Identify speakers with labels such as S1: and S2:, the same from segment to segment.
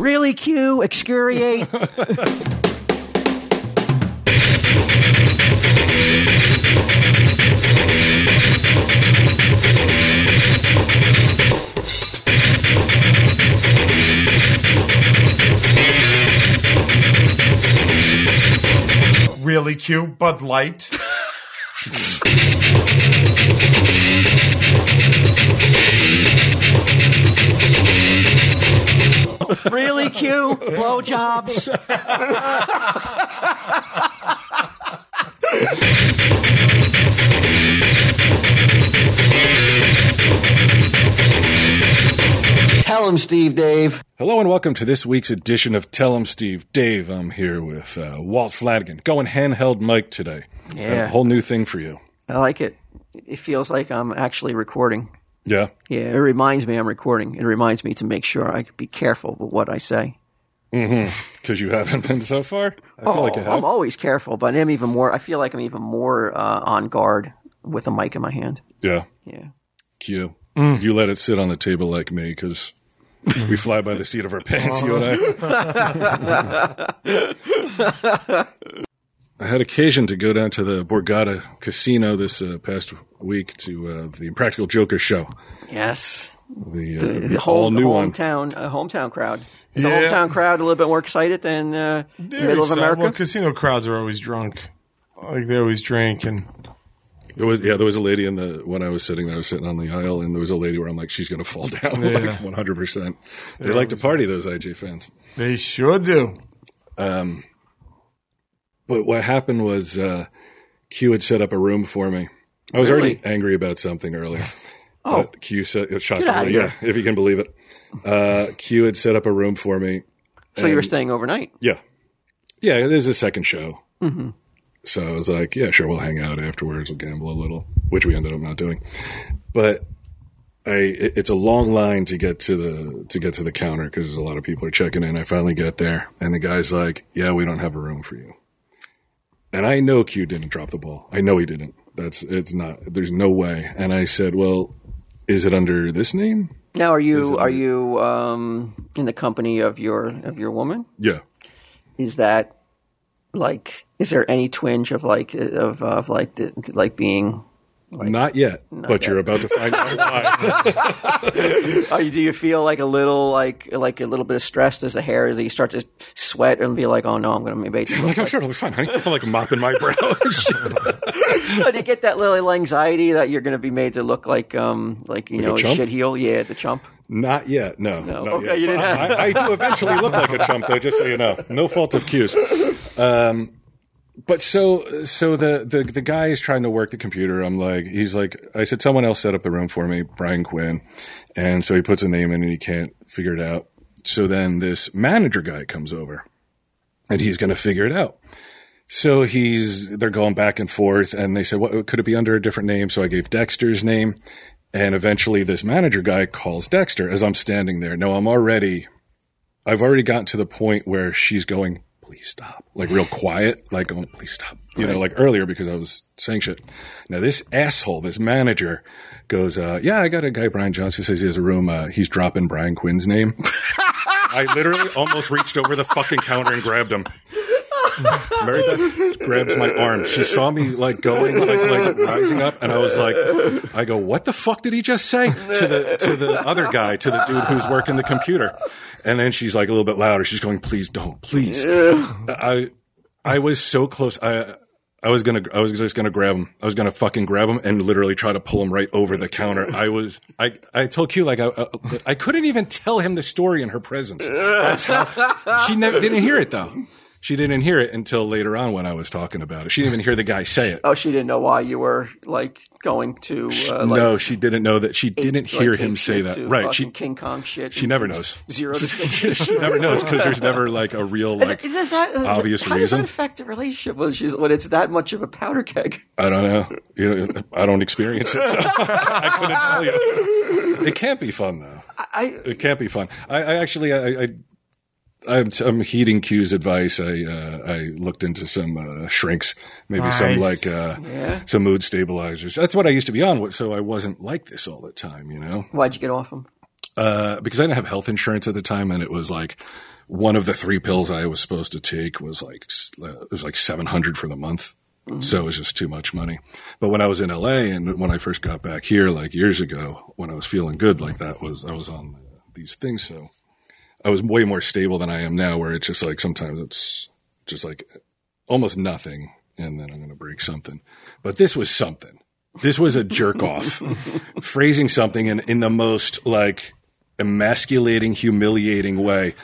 S1: Billy Q, excuriate.
S2: Really cute Bud Light.
S1: really Q, blowjobs.
S3: Tell him, Steve Dave.
S4: Hello and welcome to this week's edition of Tell 'em Steve. Dave, I'm here with uh, Walt Flanagan. Going handheld mic today.
S5: Yeah.
S4: A whole new thing for you.
S5: I like it. It feels like I'm actually recording.
S4: Yeah.
S5: Yeah, it reminds me I'm recording. It reminds me to make sure I be careful with what I say.
S4: Because you haven't been so far. I feel like I
S5: Oh, I'm
S4: have.
S5: always careful, but I'm even more. I feel like I'm even more uh, on guard with a mic in my hand.
S4: yeah.
S5: Yeah.
S4: Q.
S5: Mm.
S4: You let it sit on the table like me because we fly by the seat of our pants, you and I. I had occasion to go down to the Borgata Casino this uh, past week to uh, the Impractical Joker show.
S5: Yes.
S4: The, uh,
S5: The,
S4: the,
S5: whole
S4: all
S5: the
S4: new one.
S5: hometown uh, hometown crowd. Is
S2: Yeah.
S5: The hometown crowd a little bit more excited than uh, the middle of America.
S2: Well, casino crowds are always drunk. Like they always drink and
S4: There was yeah, there was a lady in the when I was sitting there, I was sitting on the aisle, and there was a lady where I'm like, she's gonna fall down like 100. percent They like to party, those IG fans.
S2: they sure do.
S4: But what happened was uh, Q had set up a room for me. I was already
S5: Really?
S4: angry about something earlier.
S5: Oh.
S4: But Q set
S5: outta
S4: shockingly,
S5: here.
S4: yeah, if you can believe it. Uh, Q had set up a room for me.
S5: so you were staying overnight.
S4: Yeah, yeah. There's a second show, mm-hmm. so I was like, yeah, sure, we'll hang out afterwards. We'll gamble a little, which we ended up not doing. But I, it- it's a long line to get to the to get to the counter because a lot of people are checking in. I finally get there, and the guy's like, yeah, we don't have a room for you. And I know Q didn't drop the ball. I know he didn't. That's it's not. There's no way. And I said, well, is it under this name?
S5: Now are you are you um, in the company of your of your woman?
S4: Yeah.
S5: is that like is there any twinge of like of of like d- d- like being
S4: not yet, but you're about to find out why.
S5: are you, do you feel like a little like like a little bit of stress does the hair is that you start to sweat and be like oh no I'm gonna maybe
S4: I'm like, I'm sure it'll be fine, honey. I'm like mopping my brow.
S5: do you get that little anxiety that you're gonna be made to look like um like you
S4: Like a
S5: know
S4: chump?
S5: shit heel yeah the chump
S4: Not yet. No.
S5: No.
S4: not
S5: Okay,
S4: yet.
S5: you didn't have-
S4: I, I do eventually look like a chump, though. Just so you know, no fault of cues. Um, but so so the, the the guy is trying to work the computer. I'm like, he's like, I said, someone else set up the room for me, Brian Quinn, and so he puts a name in and he can't figure it out. So then this manager guy comes over, and he's going to figure it out. So he's they're going back and forth, and they said, "What could it be under a different name?" So I gave Dexter's name, and eventually this manager guy calls Dexter as I'm standing there. No, I'm already, I've already gotten to the point where she's going, "Please stop," like real quiet, like going, "Please stop," you know, like earlier because I was saying shit. Now this asshole, this manager, goes, uh, "Yeah, I got a guy, Brian Johnson, says he has a room. Uh, he's dropping Brian Quinn's name." I literally almost reached over the fucking counter and grabbed him. Mary Beth grabs my arm. She saw me like going, like, like rising up, and I was like, I go, what the fuck did he just say to the to the other guy, to the dude who's working the computer? And then she's like a little bit louder. She's going, please don't, please. I I was so close. I I was gonna I was just gonna grab him. I was gonna fucking grab him and literally try to pull him right over the counter. I was I I told Q like I I, I couldn't even tell him the story in her presence. That's how she never didn't hear it though. She didn't hear it until later on when I was talking about it. She didn't even hear the guy say it.
S5: oh she didn't know why you were like going to uh, like,
S4: no, she didn't know that. She didn't
S5: like,
S4: hear him
S5: ape
S4: say
S5: shit
S4: that.
S5: to
S4: Right?
S5: fucking
S4: She
S5: King Kong shit
S4: she never knows.
S5: zero distinction
S4: she never knows because there's never like a real like
S5: Is that,
S4: obvious
S5: how does
S4: reason.
S5: that affect the relationship when, she's, when it's that much of a powder keg?
S4: I don't know. You know, I don't experience it. So I couldn't tell you. It can't be fun though.
S5: I
S4: It can't be fun. I, I actually, I, I, I'm, I'm heeding Q's advice. I, uh, I looked into some uh, shrinks, maybe some
S2: Nice.
S4: like uh, some mood stabilizers. That's what I used to be on, so I wasn't like this all the time, you know,
S5: why'd you get off him?
S4: uh, because I didn't have health insurance at the time, and it was like. one of the three pills I was supposed to take was like s- uh, it was like seven hundred for the month. So it was just too much money. But when I was in LA and when I first got back here, like years ago, when I was feeling good like that, was I was on uh, these things. So I was way more stable than I am now, where it's just like sometimes it's just like almost nothing, and then I'm going to break something. But this was something. This was a jerk off, phrasing something in, in the most like emasculating, humiliating way.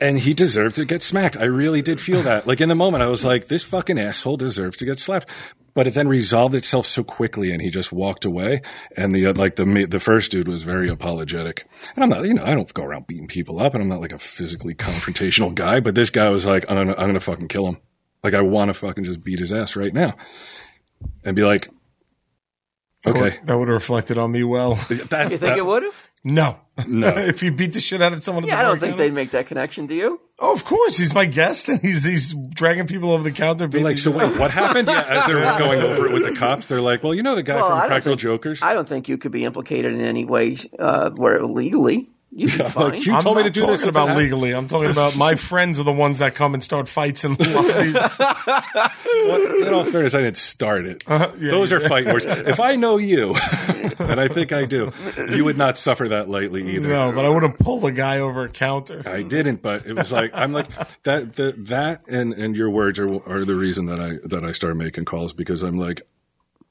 S4: And he deserved to get smacked. I really did feel that. Like in the moment, I was like, this fucking asshole deserves to get slapped. But it then resolved itself so quickly and he just walked away. And the, uh, like the, ma- the first dude was very apologetic. And I'm not, you know, I don't go around beating people up and I'm not like a physically confrontational guy, but this guy was like, I'm gonna, I'm gonna fucking kill him. Like I want to fucking just beat his ass right now and be like, okay.
S2: That would have reflected on me well.
S4: That-
S5: You think
S4: that-
S5: it would have?
S2: No.
S4: No.
S2: if you beat the shit out of someone at
S5: Yeah,
S2: the
S5: I don't
S2: bar
S5: think
S2: counter-
S5: they'd make that connection. Do you?
S2: Oh, of course. He's my guest and he's he's dragging people over the counter.
S4: They're
S2: beating
S4: like, so
S2: the-
S4: wait, what happened? Yeah, as they're going over it with the cops, they're like, well, you know the guy
S5: I
S4: from
S5: don't
S4: Practical
S5: think-
S4: Jokers?
S5: I don't think you could be implicated in any way uh, where legally you'd be fine.
S4: Like, you
S2: I'm
S4: told me
S2: not
S4: to do this
S2: talking
S4: if it
S2: about
S4: happened.
S2: legally. I'm talking about my friends are the ones that come and start fights in the lobbies.
S4: Well, in all fairness, I didn't start it.
S2: yeah,
S4: Those
S2: you
S4: are fight words. If I know you, and I think I do, you would not suffer that lightly either.
S2: no, but I wouldn't pull the guy over a counter.
S4: I didn't, but it was like I'm like that. The, that and and your words are are the reason that I that I start making calls because I'm like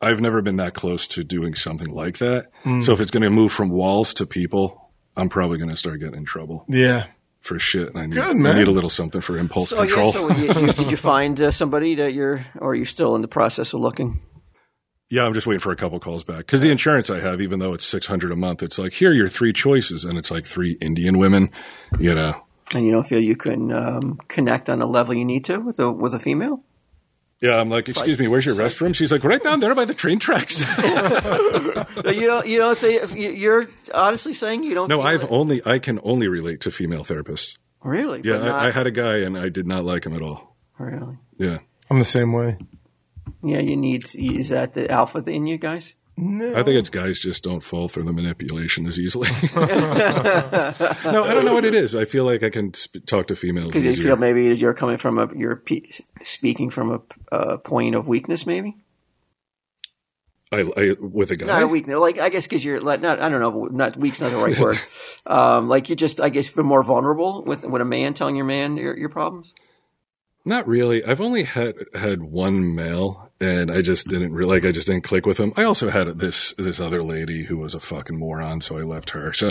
S4: I've never been that close to doing something like that. So if it's going to move from walls to people, I'm probably going to start getting in trouble
S2: Yeah.
S4: for shit. And I need,
S2: Good,
S4: I
S2: man.
S4: need a little something for impulse
S5: So,
S4: control.
S5: yeah, so you, you, did you find uh, somebody that you're, or you're still in the process of looking?
S4: Yeah, I'm just waiting for a couple calls back because the insurance I have, even though it's 600 a month, it's like here are your three choices, and it's like three Indian women, you know.
S5: And you don't feel you can um, connect on the level you need to with a with a female?
S4: Yeah, I'm like, excuse me, where's your restroom? She's like, right down there by the train tracks.
S5: No, you don't. You don't think if you- you're honestly saying you don't.
S4: no,
S5: feel
S4: I've
S5: it?
S4: only I can only relate to female therapists.
S5: really.
S4: Yeah,
S5: but not,
S4: I, I had a guy and I did not like him at all.
S5: really.
S4: Yeah,
S2: I'm the same way.
S5: Yeah, you need. Is that the alpha in you guys?
S4: I think it's guys just don't fall for the manipulation as easily. no, I don't know what it is. I feel like I can sp- talk to females
S5: Because you feel
S4: easier.
S5: maybe you're coming from a you're pe- speaking from a p- uh, point of weakness, maybe
S4: I, I, with a guy,
S5: not a weakness. Like I guess because you're like not I don't know, not weak's not the right word. Um, like you just I guess you're more vulnerable with with a man telling your man your, your problems.
S4: Not really. I've only had had one male, and I just didn't re- like. I just didn't click with him. I also had this this other lady who was a fucking moron, so I left her. So,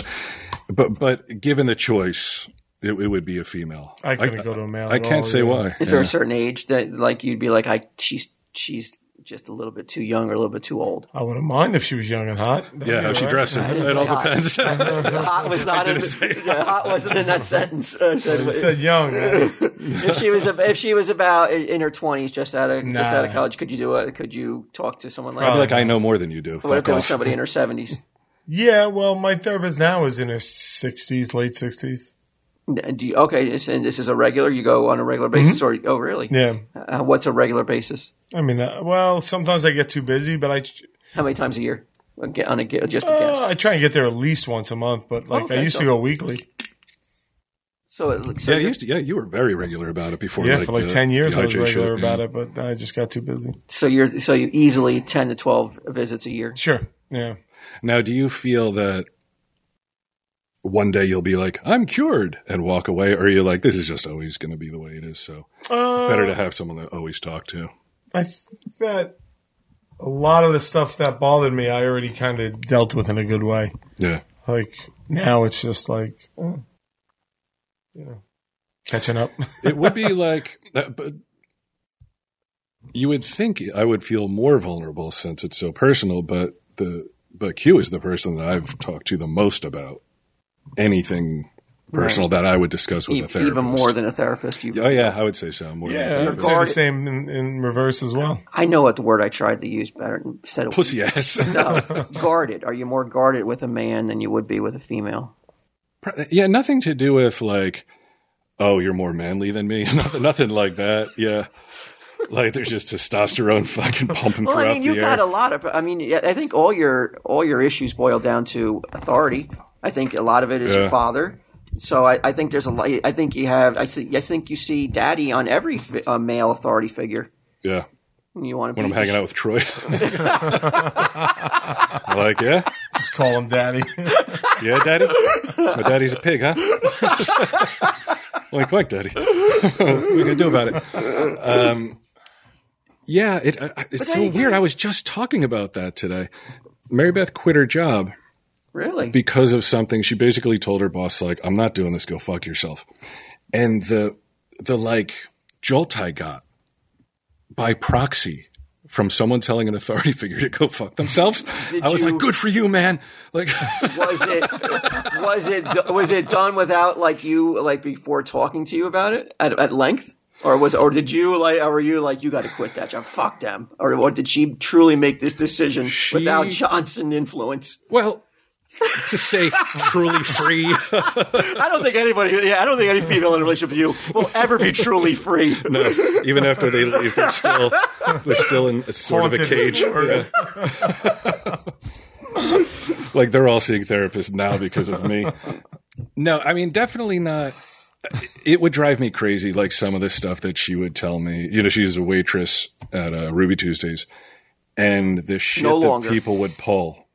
S4: but but given the choice, it, it would be a female.
S2: I couldn't go to a male
S4: I
S2: at
S4: can't
S2: all,
S4: say
S2: yeah.
S4: why.
S5: Is there
S4: Yeah.
S5: a certain age that like you'd be like I she's she's just a little bit too young or a little bit too old?
S2: I wouldn't mind if she was young and hot. That'd
S4: yeah,
S2: be
S4: how she
S2: alright.
S4: dressed. It, it all
S5: say hot.
S4: depends.
S5: Hot was not in the, yeah, hot wasn't in that sentence. Uh, said-
S2: You said young. right?
S5: if she was a, if she was about in in her twenties, just out of just out of
S2: Nah.
S5: college, could you do it? Could you talk to someone like
S4: I'd be
S5: that?
S4: like, I know more than you
S5: What
S4: do.
S5: if
S4: Oh, Fuck
S5: there was
S4: off.
S5: somebody in her seventies?
S2: yeah, well, my therapist now is in her 60s, late 60s.
S5: Do you, okay, this- and this is a regular. You go on a regular basis,
S4: Mm-hmm.
S5: or oh, really?
S2: Yeah.
S5: Uh, what's a regular basis?
S2: I mean, uh, well, sometimes I get too busy, but I
S5: How many times a year? On a- on a gu- just a
S2: Uh, I
S5: guess.
S2: try and get there at least once a month, but like
S5: Okay,
S2: I used
S5: so-
S2: to go weekly.
S5: So, it looks- so
S4: Yeah, you
S5: you're-
S4: used to, yeah, you were very regular about it before.
S2: Yeah, for like
S4: the-
S2: ten years
S4: the
S2: I was
S4: IJ
S2: regular
S4: shit,
S2: about
S4: yeah.
S2: it, but then I just got too busy.
S5: so you're so you easily ten to twelve visits a year.
S2: Sure. Yeah.
S4: Now, do you feel that one day you'll be like, I'm cured and walk away? Or are you like, this is just always going to be the way it is? So
S2: Uh,
S4: better to have someone to always talk to.
S2: I think that a lot of the stuff that bothered me, I already kind of dealt with in a good way.
S4: Yeah.
S2: Like now, it's just like, oh, you know, catching up.
S4: It would be like, that, but you would think I would feel more vulnerable since it's so personal, but the, but Q is the person that I've talked to the most about anything personal that I would discuss with
S5: E-
S4: a therapist.
S5: even more than a therapist. You,
S4: Oh yeah, I would say so. More than a
S2: yeah, I would
S4: therapist.
S2: say the
S5: Guard-
S2: same in, in reverse as well.
S5: I know what the word I tried to use better instead of
S4: Pussy ass.
S5: guarded. Are you more guarded with a man than you would be with a female?
S4: Pr- yeah, nothing to do with like, oh, you're more manly than me. nothing, nothing like that. Yeah. Like there's just testosterone fucking pumping
S5: Well,
S4: throughout
S5: I mean, you've
S4: the
S5: got
S4: air.
S5: a lot of. I mean, yeah, I think all your all your issues boil down to authority. I think a lot of it is
S4: Yeah.
S5: your father. So I, I think there's a lot. I think you have. I see. I think you see daddy on every fi- uh, male authority figure.
S4: Yeah.
S5: You want to
S4: When I'm hanging out with Troy. I'm like, yeah,
S2: Just call him daddy.
S4: yeah, daddy. My daddy's a pig, huh? Like, wink, daddy. what are you going to do about it? Um, yeah, it, I- I- it's so weird. I was just talking about that today. Mary Beth quit her job
S5: Really?
S4: because of something she basically told her boss like i'm not doing this go fuck yourself and the the like jolt i got by proxy from someone telling an authority figure to go fuck themselves i was
S5: you-
S4: like good for you man like
S5: was it was it was it done without like you like before talking to you about it at, at length or was or did you like or were you like you got to quit that job fuck them or, or did she truly make this decision without johnson influence
S4: well to say truly free
S5: i don't think anybody yeah i don't think any female in a relationship with you will ever be truly free
S4: no, even after they leave they're still they're still in a sort of a
S2: Haunted
S4: cage
S2: or-
S4: like they're all seeing therapists now because of me. No, I mean definitely not. It would drive me crazy, like some of the stuff that she would tell me. You know, she's a waitress at uh, Ruby Tuesdays, and the shit
S5: No
S4: that
S5: longer.
S4: people would pull.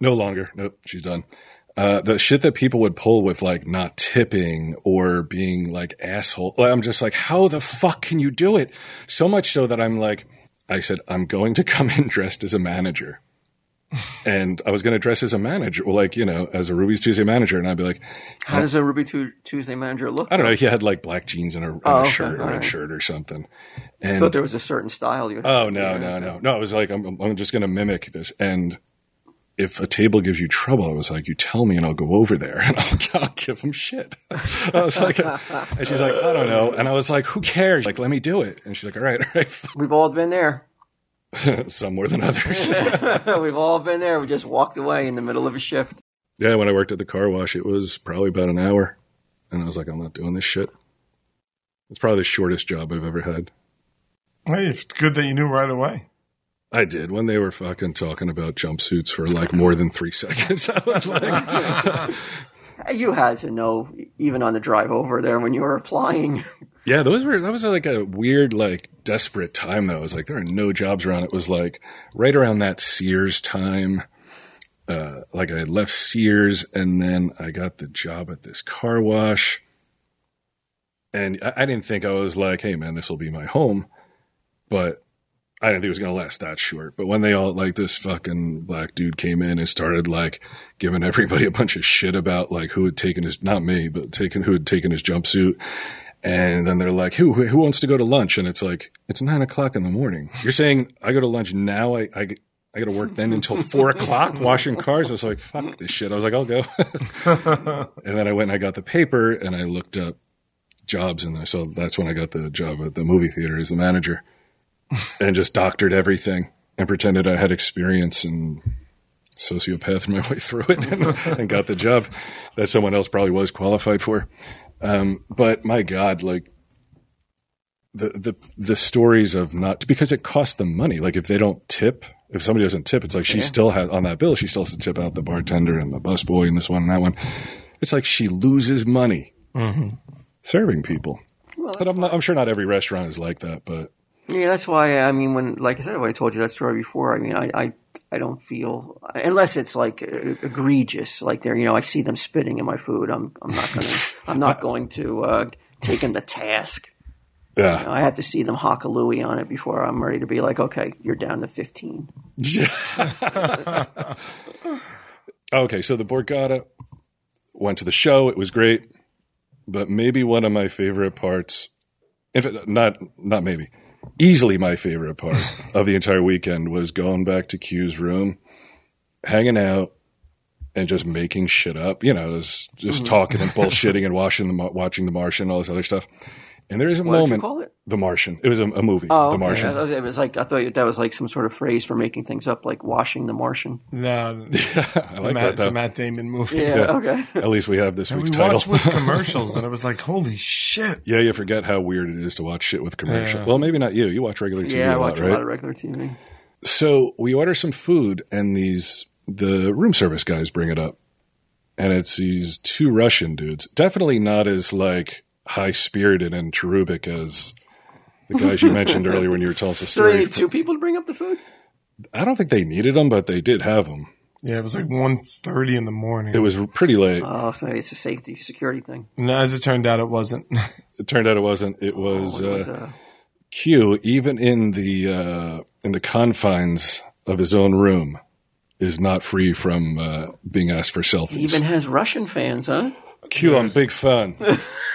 S4: No longer. Nope, she's done. Uh, the shit that people would pull with like not tipping or being like asshole. Like, I'm just like, how the fuck can you do it? So much so that I'm like, I said, I'm going to come in dressed as a manager and I was going to dress as a manager, well, like you know, as a Ruby's Tuesday manager, and I'd be like,
S5: how does a ruby Tu- tuesday manager look
S4: I
S5: i
S4: don't know, he had like black jeans and a, and
S5: Oh,
S4: a
S5: okay,
S4: shirt, a
S5: all
S4: red
S5: right.
S4: shirt or something. And
S5: thought there was a certain style you
S4: oh no, no, no, no! I was like, I'm, I'm- I'm just going to mimic this. And if a table gives you trouble, I was like, you tell me, and I'll go over there, and I'll, I'll give him shit. I was like, and she's like, I don't know, and I was like, who cares? Like, let me do it. And she's like, all right, all right,
S5: we've all been there
S4: some more than others.
S5: we've all been there we just walked away in the middle of a shift
S4: Yeah, when I worked at the car wash, it was probably about an hour. And I was like, I'm not doing this shit. It's probably the shortest job I've ever had.
S2: Hey, it's good that you knew right away.
S4: I did when they were fucking talking about jumpsuits for like more than three seconds. I was like,
S5: you had to know even on the drive over there when you were applying
S4: yeah, those were, that was like a weird, like desperate time though. It was like, there are no jobs around. It was like right around that Sears time. Uh, like I left Sears and then I got the job at this car wash. And I, I didn't think I was like, hey man, this will be my home. but I didn't think it was going to last that short. But when they all like this fucking black dude came in and started like giving everybody a bunch of shit about like who had taken his not me but taken who had taken his jumpsuit, and then they're like who who wants to go to lunch? And it's like it's nine o'clock in the morning. You're saying I go to lunch now? I I, I got to work then until four o'clock washing cars. I was like fuck this shit. I was like I'll go, and then I went and I got the paper and I looked up jobs and I saw that's when I got the job at the movie theater as the manager and just doctored everything and pretended I had experience and sociopath my way through it and, and got the job that someone else probably was qualified for. Um, but my God, like the, the, the stories of not because it costs them money. Like if they don't tip, if somebody doesn't tip, it's like she still has on that bill, she still has to tip out the bartender and the busboy and this one and that one. It's like she loses money serving people. but I'm, not, I'm sure not every restaurant is like that, but
S5: Yeah, that's why. I mean, when like I said, when I told you that story before, I mean, I, I, I don't feel unless it's like e- egregious, like there, you know, I see them spitting in my food. I'm, I'm not gonna, I'm not going to uh, take them to task.
S4: yeah.
S5: I have to see them hock a Louie on it before I'm ready to be like, okay, you're down to 15.
S4: Okay, so the Borgata went to the show. It was great, but maybe one of my favorite parts, in fact, not not maybe, easily my favorite part of the entire weekend was going back to Q's room, hanging out, and just making shit up. You know, just, just
S5: Mm-hmm.
S4: talking and bullshitting and watching the Mar- watching the Martian, all this other stuff. And there is a
S5: did you
S4: moment.
S5: call it?
S4: The Martian. It was a, a movie.
S5: Oh, okay.
S4: the Martian.
S5: I thought It was like I thought that was like some sort of phrase for making things up, like washing the Martian.
S2: No,
S4: I like
S2: Matt,
S4: that
S2: it's a
S4: though.
S2: Matt Damon movie.
S5: Yeah. Okay.
S4: At least we have this
S2: And we
S4: week's title.
S2: watched with commercials, and it was like, holy shit.
S4: Yeah, you forget how weird it is to watch shit with commercial.
S2: Yeah.
S4: Well, maybe not you. You watch regular TV
S5: Yeah, I
S4: a lot,
S5: watch
S4: right?
S5: a lot of regular TV.
S4: so we order some food, and these the room service guys bring it up, and it's these two Russian dudes. Definitely not as like high spirited and cherubic as the guys you mentioned earlier when you were telling us the
S5: So they
S4: story.
S5: need two people to bring up the food.
S4: I don't think they needed them, but they did have them.
S2: Yeah, it was like 1.30 in the morning.
S4: It was pretty late.
S5: Oh, so it's a safety security thing.
S2: no, as it turned out, it wasn't.
S4: It turned out it wasn't. It was,
S5: Oh, It was,
S4: uh,
S5: uh,
S4: Q, even in the uh, in the confines of his own room, is not free from uh, being asked for selfies.
S5: even has Russian fans, huh?
S4: Q, I'm big fan.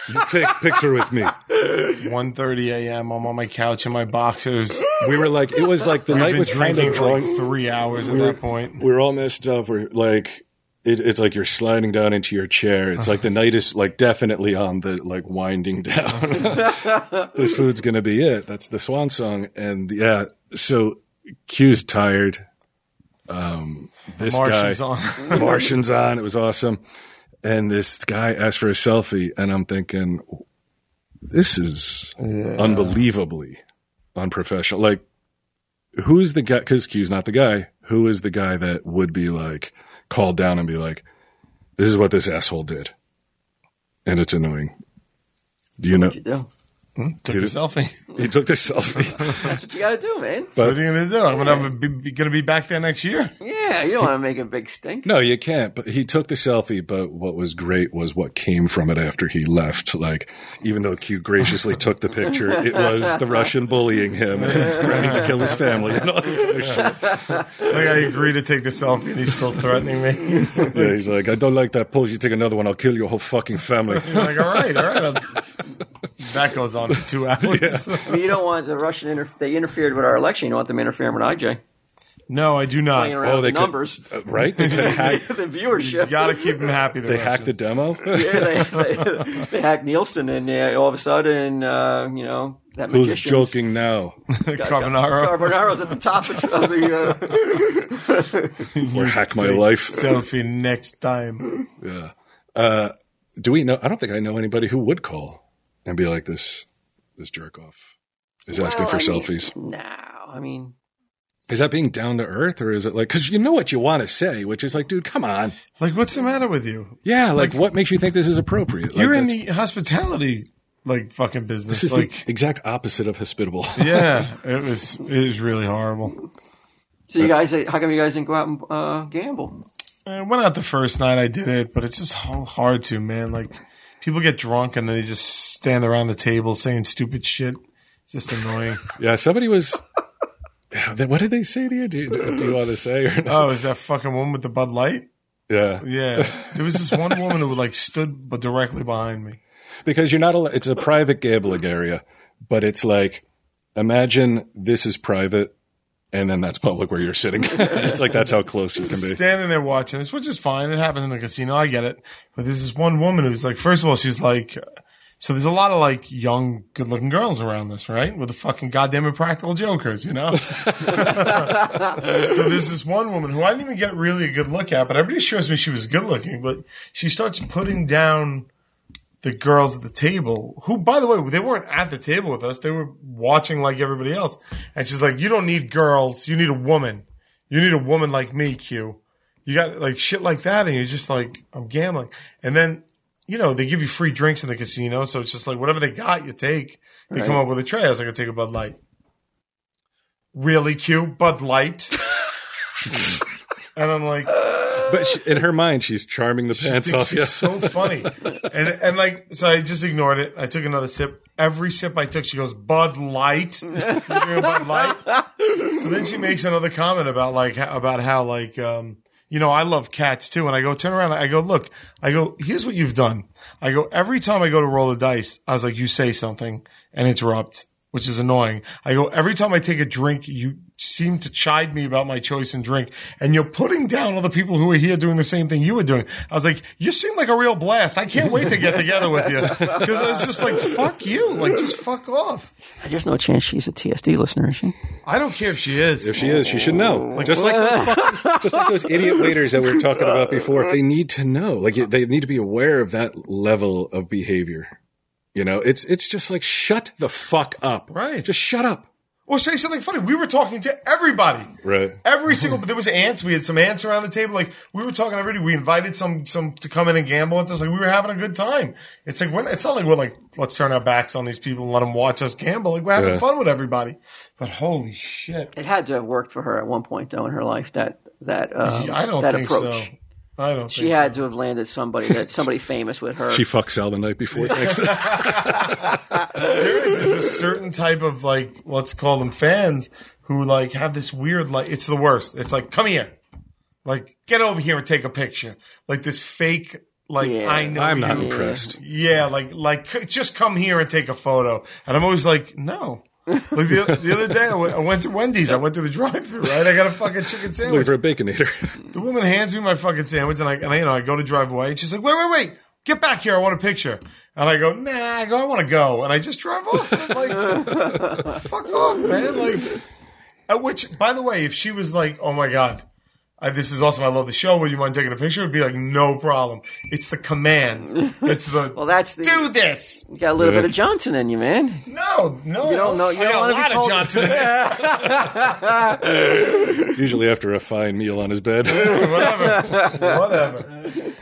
S4: You take picture with me.
S2: 1.30 a.m. I'm on my couch in my boxers.
S4: We were like, it was like the
S2: I've
S4: night
S2: been
S4: was kind
S2: drinking
S4: of
S2: for
S4: drawing.
S2: like three hours at that point.
S4: We were all messed up. We're like, it, it's like you're sliding down into your chair. It's like the night is like definitely on the like winding down. this food's gonna be it. That's the swan song. And yeah, so Q's tired. Um, this
S2: Martians
S4: guy,
S2: on.
S4: The Martians on. It was awesome. And this guy asked for a selfie, and I'm thinking, this is unbelievably unprofessional. Like, who's the guy? Because Q's not the guy. Who is the guy that would be like called down and be like, this is what this asshole did, and it's annoying. Do you know
S5: What you do?
S2: Took a selfie.
S4: he took the selfie?
S5: That's what you got to do, man.
S2: So what are you gonna do? I'm gonna be, be, gonna be back there next year.
S5: Yeah, you don't want to make a big stink.
S4: no, you can't. But he took the selfie. But what was great was what came from it after he left. Like, even though Q graciously took the picture, it was the Russian bullying him and threatening to kill his family and all this other shit.
S2: Like I agreed to take the selfie, and he's still threatening me.
S4: Yeah, he's like, I don't like that pose. You take another one, I'll kill your whole fucking family.
S2: I'm like, all right, all right. that goes on for two hours.
S5: I mean, you don't want the Russian inter- they interfered with our election. You don't want them interfering with IJ.
S2: No, I do not.
S5: Playing around
S4: Oh,
S5: with
S4: they
S5: the
S4: could-
S5: numbers,
S4: Uh, right? They could hack.
S5: the
S2: You
S5: viewership.
S2: gotta keep him happy.
S4: They hacked the demo.
S5: yeah, they, they, they hacked Nielsen, and uh, all of a sudden, uh, you know that
S4: Who's
S5: magician's-
S4: joking now?
S2: Carbonaro.
S5: Carbonaro's at the top of the. Uh,
S4: Or hack my life?
S2: selfie next time.
S4: Yeah. Uh, do we know? I don't think I know anybody who would call and be like this. This jerk off is asking
S5: well,
S4: for
S5: I mean,
S4: selfies.
S5: No, I mean
S4: Is that being down to earth, or is it like because you know what you want to say, which is like, dude, come on,
S2: Like, what's the matter with you?
S4: yeah, like, what makes you think this is appropriate? Like,
S2: You're in
S4: that's-
S2: the hospitality like fucking business.
S4: this is
S2: Like,
S4: the exact opposite of hospitable.
S2: yeah, it was it was really horrible.
S5: So you guys, how come you guys didn't go out and uh, gamble?
S2: I went out Eh, the first night I did it, but it's just so hard to, man. Like people get drunk and they just stand around the table saying stupid shit. It's just annoying.
S4: yeah, somebody was. What did they say to you? Do you, do you want to say or not?
S2: oh, is that fucking woman with the Bud Light?
S4: Yeah.
S2: Yeah. There was this one woman who like stood but directly behind me.
S4: because you're not al- it's a private gambling area but it's like imagine this is private and then that's public where you're sitting it's like that's how close you can be
S2: Standing there watching this, which is fine. It happens in the casino. I get it. But there's this one woman who's like, first of all, she's like, so there's a lot of like young, good looking girls around this, right? With the fucking goddamn impractical jokers, you know? so there's this one woman who I didn't even get really a good look at, but everybody assures me she was good looking, but she starts putting down the girls at the table, who, by the way, they weren't at the table with us. They were watching like everybody else. And she's like, you don't need girls. You need a woman. You need a woman like me, Q. You got like shit like that. And you're just like, I'm gambling. And then, you know, they give you free drinks in the casino. So it's just like whatever they got, you take. They come up with a tray. I was like, I take a Bud Light. Really, Q? Bud Light? and I'm like,
S4: but she, in her mind she's charming the pants
S2: thinks
S4: off you
S2: she's so funny. And and like so I just ignored it. I took another sip. Every sip I took, she goes, Bud Light. You drink a Bud Light. So then she makes another comment about like ho- about how like um you know, I love cats too. And I go, turn around. I go, look, I go, here's what you've done. I go, every time I go to roll the dice, I was like, you say something and interrupt, which is annoying. I go, every time I take a drink, you seem to chide me about my choice in drink and you're putting down other people who are here doing the same thing you were doing. I was like, you seem like a real blast. I can't wait to get together with you. Cause I was just like, fuck you. Like, just fuck off.
S5: There's no chance she's a TSD listener, is she?
S2: I don't care if she is.
S4: if she is she should know just like those fucking- just like those idiot waiters that we were talking about before they need to know like you- they need to be aware of that level of behavior you know it's it's just like shut the fuck up
S2: Right.
S4: just shut up
S2: or say something funny. We were talking to everybody.
S4: Right.
S2: Every single there was ants. We had some ants around the table. Like we were talking already. We invited some some to come in and gamble at this. Like we were having a good time. It's like when it's not like we're like let's turn our backs on these people and let them watch us gamble. Like we're having
S4: Yeah.
S2: fun with everybody. But holy shit,
S5: It had to have worked for her at one point though in her life that that um,
S2: I don't
S5: that
S2: think
S5: approach.
S2: so. I don't.
S5: She
S2: think
S5: had
S2: So.
S5: to have landed somebody that somebody famous with her.
S4: She fucks Sal the night before. Thanks.
S2: there is there's a certain type of like let's call them fans who like have this weird like it's the worst. It's like come here, like get over here and take a picture. Like this fake like
S5: Yeah.
S2: I know
S4: I'm not
S2: you.
S4: impressed.
S2: Yeah, like like c- just come here and take a photo. And I'm always like, no. Like the, the other day, I went, I went to Wendy's. I went through the drive-through, right? I got a fucking chicken
S4: Looking
S2: sandwich.
S4: for a baconator.
S2: The woman hands me my fucking sandwich, and I and I, you know I go to drive away, and she's like, wait, wait, wait, get back here. I want a picture. And I go, nah. I go, I want to go, and I just drive off. I'm like, fuck off, man. Like, at which, by the way, if she was like, oh my god. I, this is awesome. I love the show. Would you mind taking a picture? It'd be like no problem. It's the command. It's the
S5: Well, that's the-
S2: do this.
S5: you got a little bit of Johnson in you, man.
S2: No, no.
S5: You don't know- you
S2: I
S5: don't
S2: got
S5: wanna
S2: a
S5: be
S2: lot
S5: told-
S2: of Johnson. in there,
S4: Usually after a fine meal on his bed.
S2: Whatever. Whatever.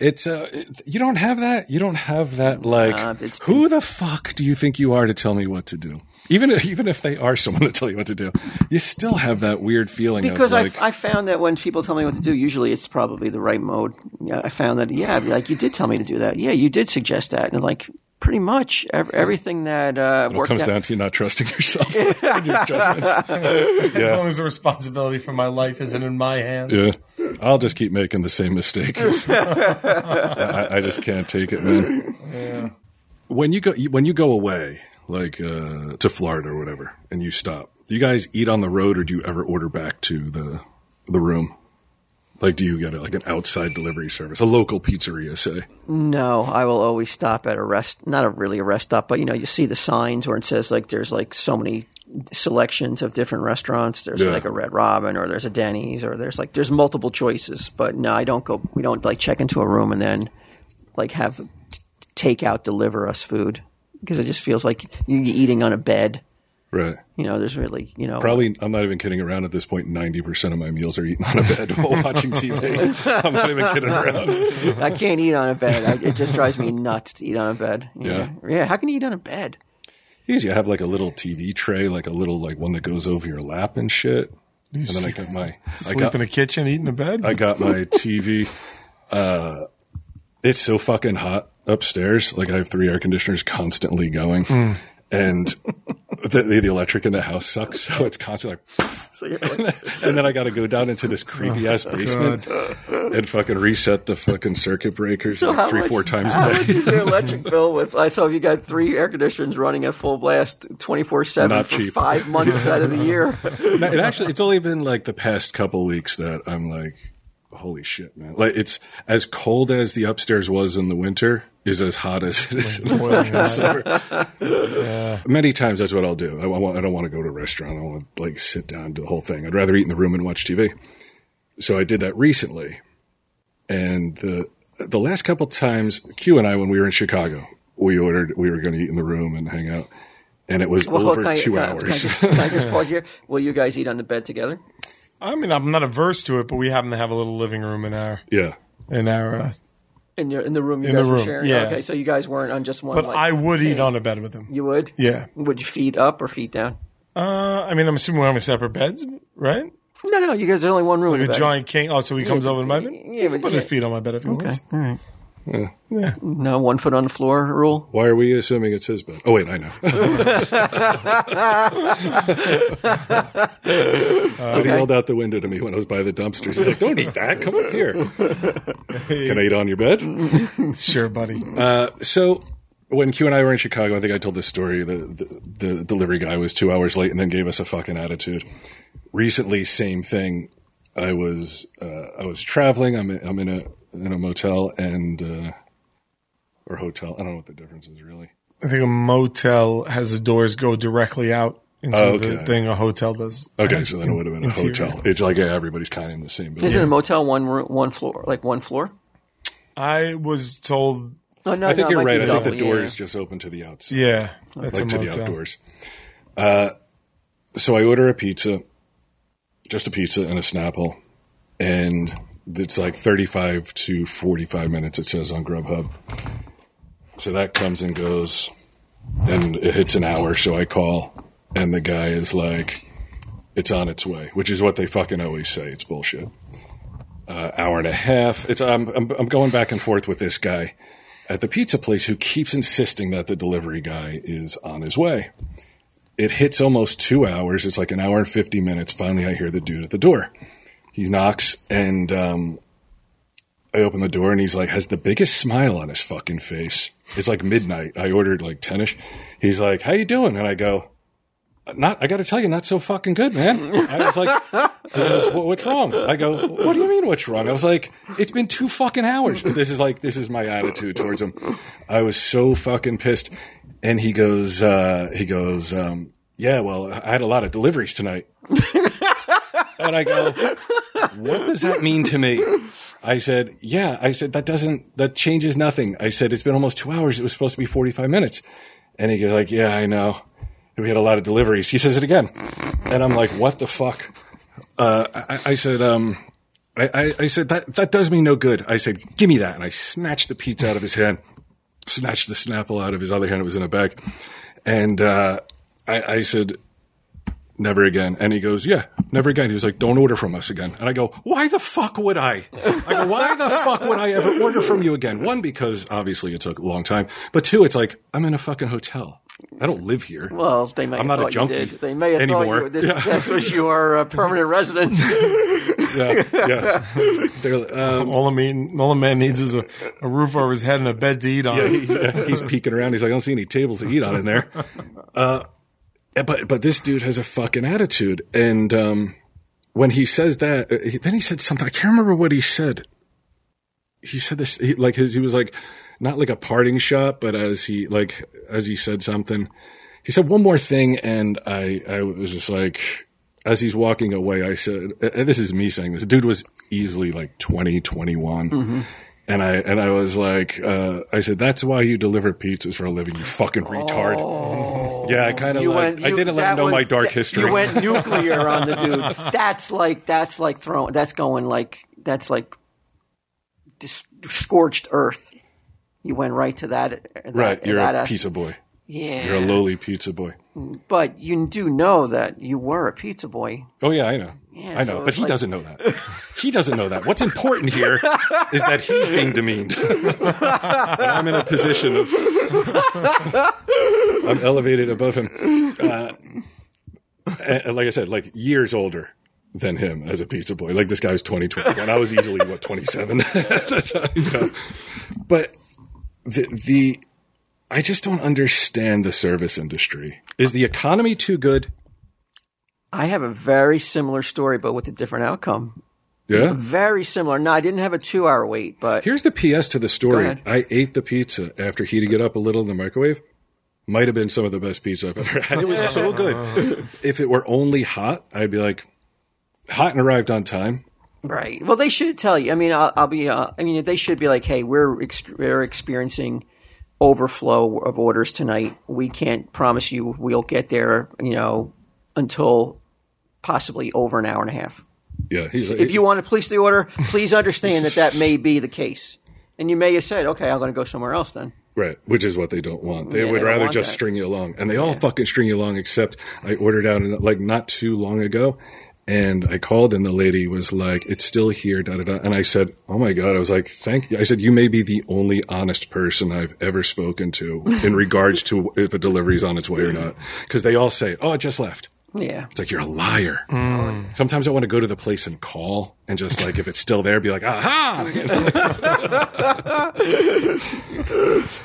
S4: It's uh, it- you don't have that. You don't have that. Like,
S5: Nah, it's-
S4: who the fuck do you think you are to tell me what to do? Even if, even if they are someone to tell you what to do, you still have that weird feeling
S5: Because
S4: of like,
S5: I, I found that when people tell me what to do, usually it's probably the right mode. Yeah, I found that, yeah, I'd be like, you did tell me to do that. Yeah, you did suggest that. And like, pretty much ev- everything that uh,
S4: it
S5: worked
S4: comes
S5: out.
S4: down to you not trusting yourself and your judgments.
S2: As long as the responsibility for my life isn't in my hands.
S4: Yeah. I'll just keep making the same mistake. I, I just can't take it, man. When you go when you go away, like uh, to Florida or whatever, and you stop, do you guys eat on the road or do you ever order back to the the room? Like, do you get like an outside delivery service, a local pizzeria, say?
S5: No, I will always stop at a rest, not a really a rest stop, but you know, you see the signs where it says like there's like so many selections of different restaurants. There's
S4: Yeah.
S5: like a Red Robin or there's a Denny's or there's like there's multiple choices. But no, I don't go. We don't like check into a room and then like have t- takeout deliver us food because it just feels like you're eating on a bed.
S4: Right.
S5: You know, there's really you know
S4: Probably, I'm not even kidding around at this point. 90% of my meals are eaten on a bed while watching TV. I'm not even kidding around.
S5: I can't eat on a bed. I, it just drives me nuts to eat on a bed. You
S4: Yeah.
S5: know? yeah. How can you eat on a bed?
S4: Usually I have like a little TV tray, like a little like one that goes over your lap and shit. And then I got my I
S2: Sleep
S4: got,
S2: in the kitchen, eat in the bed.
S4: I got my TV. Uh, it's so fucking hot upstairs. Like I have three air conditioners constantly going, and the, the the electric in the house sucks, so it's constantly like. and then I got to go down into this creepy ass basement and fucking reset the fucking circuit breakers like
S5: how
S4: three
S5: much-
S4: four times
S5: How
S4: a
S5: much
S4: day.
S5: is your electric bill with? I saw if you got three air conditioners running at full blast, twenty four seven
S4: Not
S5: for
S4: cheap.
S5: five months out of the year.
S4: No, it actually, it's only been like the past couple weeks that I'm like, holy shit, man. Like it's as cold as the upstairs was in the winter is as hot as it is in the fucking summer. Many times that's what I'll do. I, I want, I don't want to go to a restaurant. I want to like sit down and do the whole thing. I'd rather eat in the room and watch TV. So I did that recently. And the, the last couple times, Q and I, when we were in Chicago, we ordered, we were going to eat in the room and hang out. And it was over
S5: can I-
S4: two
S5: can I-
S4: hours.
S5: Can I, just, can I just pause here? Will you guys eat on the bed together?
S2: I mean, I'm not averse to it, but we happen to have a little living room in our
S4: yeah.
S2: in our. Uh,
S5: In your in the room you
S2: In
S5: guys
S2: the
S5: were
S2: room,
S5: sharing.
S2: yeah.
S5: Okay, so you guys weren't on just one.
S2: but
S5: like-
S2: I would eat on a bed with him.
S5: You would.
S2: Yeah.
S5: Would you feet up or feet down?
S2: Uh, I mean, I'm assuming we're having separate beds, right?
S5: No, no. You guys are only one room. in
S2: Like
S5: the
S2: a
S5: bed.
S2: giant king. Oh, so he comes over to my bed.
S5: yeah, but-
S2: put his
S5: yeah.
S2: feet on my bed if he
S5: Okay.
S2: wants.
S5: All right.
S2: Yeah.
S5: No one foot on the floor rule.
S4: Why are we assuming it's his bed? Oh wait, I know. Because he yelled out the window to me when I was by the dumpsters. He's like, "Don't eat that. Come up here. Can I eat on your bed?"
S2: Sure, buddy. Uh,
S4: So when Q and I were in Chicago, I think I told this story. The, the the delivery guy was two hours late and then gave us a fucking attitude. Recently, same thing. I was uh, I was traveling. I'm in, I'm in a in a motel and uh, or hotel. I don't know what the difference is really.
S2: I think a motel has the doors go directly out into
S4: Oh,
S2: the
S4: okay.
S2: thing a hotel does.
S4: Okay, so then it would have been a
S2: Interior.
S4: hotel. It's like yeah, everybody's kind of in the same building.
S5: Isn't a motel one room, one floor, like one floor?
S2: I was told,
S5: No, no.
S4: I think
S5: no, it
S4: you're
S5: might be
S4: right. I think the
S5: double, yeah.
S4: doors just open to the outside,
S2: yeah, that's
S4: like
S2: a
S4: to the
S2: motel.
S4: outdoors. so I order a pizza, just a pizza and a Snapple, and it's like 35 to 45 minutes, it says on Grubhub. So that comes and goes, and it hits an hour. So I call, and the guy is like, it's on its way, which is what they fucking always say. It's bullshit. Uh, hour and a half. It's I'm, I'm I'm going back and forth with this guy at the pizza place who keeps insisting that the delivery guy is on his way. It hits almost two hours. It's like an hour and fifty minutes. Finally, I hear the dude at the door. He knocks, and um, I open the door, and he's like, has the biggest smile on his fucking face. It's like midnight. I ordered like tenish. He's like, "How you doing?" And I go, not I got to tell you, not so fucking good, man. I was like, he goes, "Wha- what's wrong? I go, what do you mean, what's wrong? I was like, it's been two fucking hours. This is like, this is my attitude towards him. I was so fucking pissed. And he goes, uh, he goes, um, yeah, well, I had a lot of deliveries tonight. and I go, what does that mean to me? I said, yeah. I said, that doesn't, that changes nothing. I said, it's been almost two hours. It was supposed to be 45 minutes. And he goes like, yeah, I know. We had a lot of deliveries. He says it again. And I'm like, what the fuck? Uh, I, I said, um, I, I, I said, that, that does me no good. I said, give me that. And I snatched the pizza out of his hand, snatched the Snapple out of his other hand. It was in a bag. And, uh, I, I said, never again. And he goes, yeah, never again. He was like, don't order from us again. And I go, why the fuck would I? I go, why the fuck would I ever order from you again? One, because obviously it took a long time. But two, it's like, I'm in a fucking hotel. I don't live here.
S5: Well, they may
S4: I'm
S5: have
S4: not a
S5: thought
S4: junkie
S5: you did. They may have thought
S4: anymore.
S5: you were, this,
S4: Yeah.
S5: this was your uh, permanent residence.
S4: yeah, yeah. They're, um,
S2: All a man, all a man needs is a, a roof over his head and a bed to eat on.
S4: he's, he's peeking around. He's like, I don't see any tables to eat on in there. Uh, but but this dude has a fucking attitude. And um, when he says that, uh, he, then he said something. I can't remember what he said. He said this he, like his. He was like not like a parting shot, but as he like as he said something, he said one more thing, and I I was just like. As he's walking away, I said, and this is me saying this, dude was easily like 20, 21.
S5: Mm-hmm.
S4: And I and I was like, uh, I said, "That's why you deliver pizzas for a living, you fucking retard." yeah, I kind
S5: Oh.
S4: of
S5: You
S4: like,
S5: went.
S4: I
S5: you-
S4: didn't let
S5: that
S4: him know my
S5: was-
S4: dark
S5: that-
S4: history.
S5: You went nuclear on the dude. That's like that's like throwing. That's going like that's like dis- scorched earth. You went right to that. that
S4: right, you're
S5: that uh,
S4: a
S5: as-
S4: pizza boy.
S5: Yeah,
S4: You're a lowly pizza boy.
S5: but you do know that you were a pizza boy.
S4: Oh yeah, I know.
S5: Yeah,
S4: I
S5: so
S4: know, but
S5: it's
S4: he
S5: like-
S4: doesn't know that. He doesn't know that. What's important here is that he's being demeaned. and I'm in a position of I'm elevated above him. Uh, and- and like I said, like years older than him as a pizza boy. Like this guy was 20, 21. I was easily what 27 at the time. Yeah. But the the I just don't understand the service industry. Is the economy too good?
S5: I have a very similar story, but with a different outcome.
S4: Yeah.
S5: Very similar. No, I didn't have a two-hour wait, but
S4: Here's the PS to the
S5: Go
S4: story.
S5: ahead.
S4: I ate the pizza after heating it up a little in the microwave. Might have been some of the best pizza I've ever had. It was so good. if it were only hot, I'd be like, hot and arrived on time.
S5: Right. Well, they should tell you. I mean, I'll, I'll be. Uh, I mean, they should be like, "Hey, we're ex- we're experiencing overflow of orders tonight. We can't promise you we'll get there. You know, until possibly over an hour and a half.
S4: Yeah. He's like,
S5: If you want to place the order, please understand that that may be the case, and you may have said, "Okay, I'm going to go somewhere else then."
S4: Right, which is what they don't want. They
S5: Yeah,
S4: would
S5: they don't
S4: rather
S5: want
S4: just
S5: that.
S4: string you along, and they all fucking string you along. Except I ordered out like not too long ago, and I called, and the lady was like, "It's still here." Da da da. And I said, "Oh my god!" I was like, "Thank you." I said, "You may be the only honest person I've ever spoken to in regards to if a delivery's on its way or not," because they all say, "Oh, it just left."
S5: Yeah.
S4: It's like you're a liar. Sometimes I want to go to the place and call and just like if it's still there, be like, "Aha!" You know?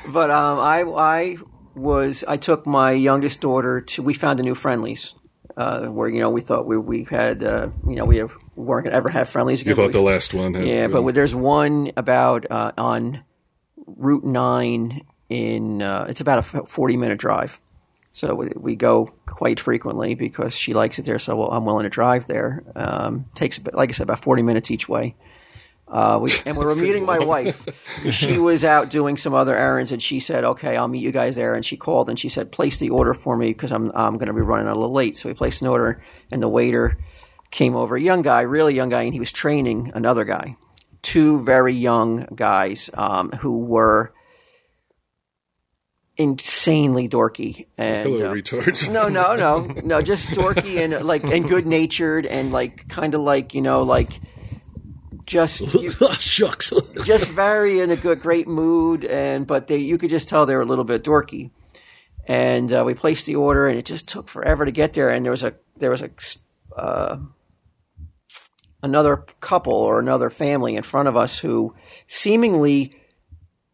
S5: But um, I I was I took my youngest daughter to. We found a new friendlies. Uh, where you know we thought we we had uh, you know we have, weren't gonna ever have friendlies again.
S4: you
S5: but
S4: thought
S5: we-
S4: the last one. Had,
S5: Yeah, but there's one about uh, on Route Nine in. Uh, it's about a f- 40 minute drive, so we, we go quite frequently because she likes it there. So I'm willing to drive there. Um, takes about- like I said about 40 minutes each way, Uh, we, and we were meeting my wife. She was out doing some other errands, and she said, "Okay, I'll meet you guys there." And she called and she said, "Place the order for me because I'm I'm going to be running a little late." So we placed an order, and the waiter came over, a young guy, really young guy, and he was training another guy. Two very young guys um, who were insanely dorky and
S4: Hello,
S5: uh,
S4: retards.
S5: no, no, no, no. Just dorky and like and good natured and like kind of like you know like just you-
S6: Shucks.
S5: just very in a good great mood and but they you could just tell they were a little bit dorky. And uh, we placed the order and it just took forever to get there and there was a there was a uh, another couple or another family in front of us who seemingly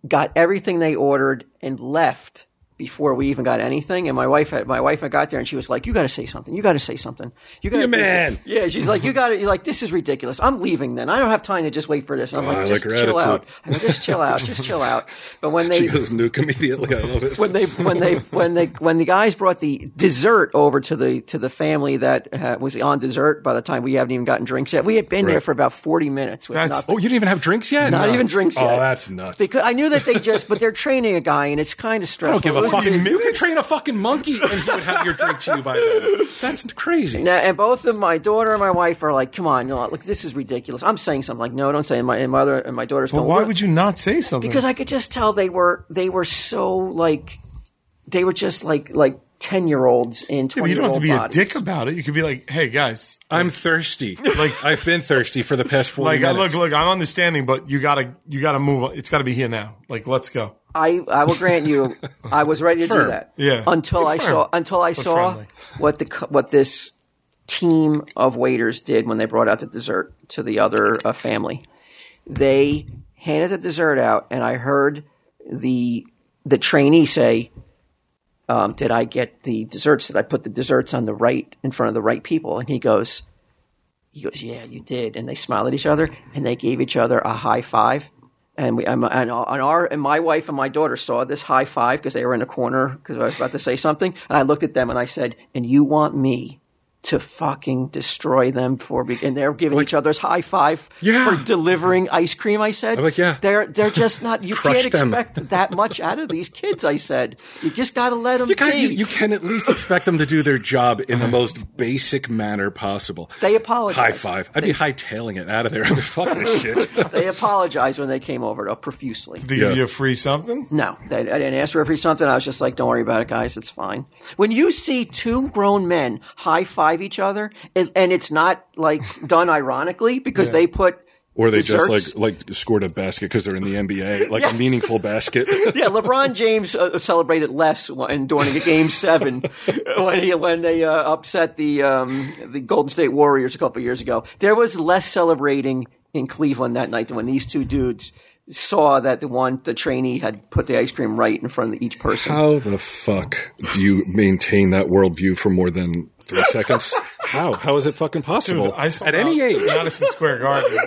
S5: got everything they ordered and left before we even got anything. And my wife, had, my wife, had got there and she was like, "You got to say something. You got to say something. You got
S4: Yeah, man.
S5: Yeah, she's like, "You got to. Like this is ridiculous. I'm leaving. Then I don't have time to just wait for this." And I'm
S4: Oh, I
S5: like, "Just
S4: like
S5: chill
S4: Ratatouille."
S5: out. I mean, just chill out. Just chill out." But when they
S4: She goes nuke immediately. I love it.
S5: when they when they when they when the guys brought the dessert over to the to the family that uh, was on dessert by the time we haven't even gotten drinks yet. We had been there
S4: Right.
S5: for about forty minutes with
S2: That's-
S5: nothing.
S4: oh, you didn't even have drinks yet?
S5: Not even drinks
S4: Oh,
S5: yet.
S4: that's nuts.
S5: Because I knew that they just, but they're training a guy, and it's kind of
S4: I
S5: stressful.
S4: don't give a
S5: It was-
S4: fuck. You could train a fucking monkey and he would have your drink to you by then. That's crazy.
S5: Now, and both of my daughter and my wife are like, "Come on, no, look, this is ridiculous." I'm saying something like, "No, don't say." it." And my, and my other and my daughter's
S2: But
S5: going,
S2: why
S5: "What?"
S2: would you not say something?
S5: Because I could just tell they were they were so like they were just like like ten year olds in
S2: Yeah, but
S5: twenty.
S2: you don't have to be
S5: bodies.
S2: a dick about it. You could be like, "Hey guys,
S4: I'm thirsty. Like I've been thirsty for the past forty
S2: like I
S4: minutes.
S2: look, look, I'm understanding, but you gotta, you gotta move. on. It's gotta be here now. Like, let's go."
S5: I, I will grant you, I was ready to
S4: Firm.
S5: do that.
S2: Yeah.
S5: Until I
S2: Firm,
S5: saw until I saw
S2: friendly.
S5: what the co- what this team of waiters did when they brought out the dessert to the other uh, family. They handed the dessert out, and I heard the the trainee say, um, "Did I get the desserts? Did I put the desserts on the right in front of the right people?" And he goes. He goes, "Yeah, you did." And they smiled at each other, and they gave each other a high five. And we, and, and our, and my wife and my daughter saw this high five because they were in a corner because I was about to say something. And I looked at them and I said, "And you want me to fucking destroy them for?" Be-? And they're giving each other's high five
S4: Yeah.
S5: for delivering ice cream. I said,
S4: I'm like, "Yeah."
S5: they're they're just not. You
S4: Crush
S5: can't
S4: them.
S5: expect that much out of these kids." I said, "You just got to let them
S4: You can,
S5: be."
S4: you, you can at least expect them to do their job in the most basic manner possible.
S5: They apologized.
S4: High five. I'd be hightailing it out of there. I'd be fucking this shit.
S5: they apologized when they came over though, profusely.
S2: They
S4: Yeah.
S2: give you a free something.
S5: No, they, I didn't ask her for something. I was just like, "Don't worry about it, guys. It's fine." When you see two grown men high five each other, it, and it's not like done ironically because they put
S4: Or they
S5: desserts-
S4: just like like scored a basket because they're in the NBA, like
S5: Yes.
S4: a meaningful basket.
S5: yeah, LeBron James uh, celebrated less when, during a game seven when he when they uh, upset the um, the Golden State Warriors a couple years ago. There was less celebrating in Cleveland that night than when these two dudes saw that the one the trainee had put the ice cream right in front of each person.
S4: How the fuck do you maintain that worldview for more than three seconds? How? How is it fucking possible?
S2: I saw
S4: At any
S2: that in
S4: age.
S2: Madison Square Garden,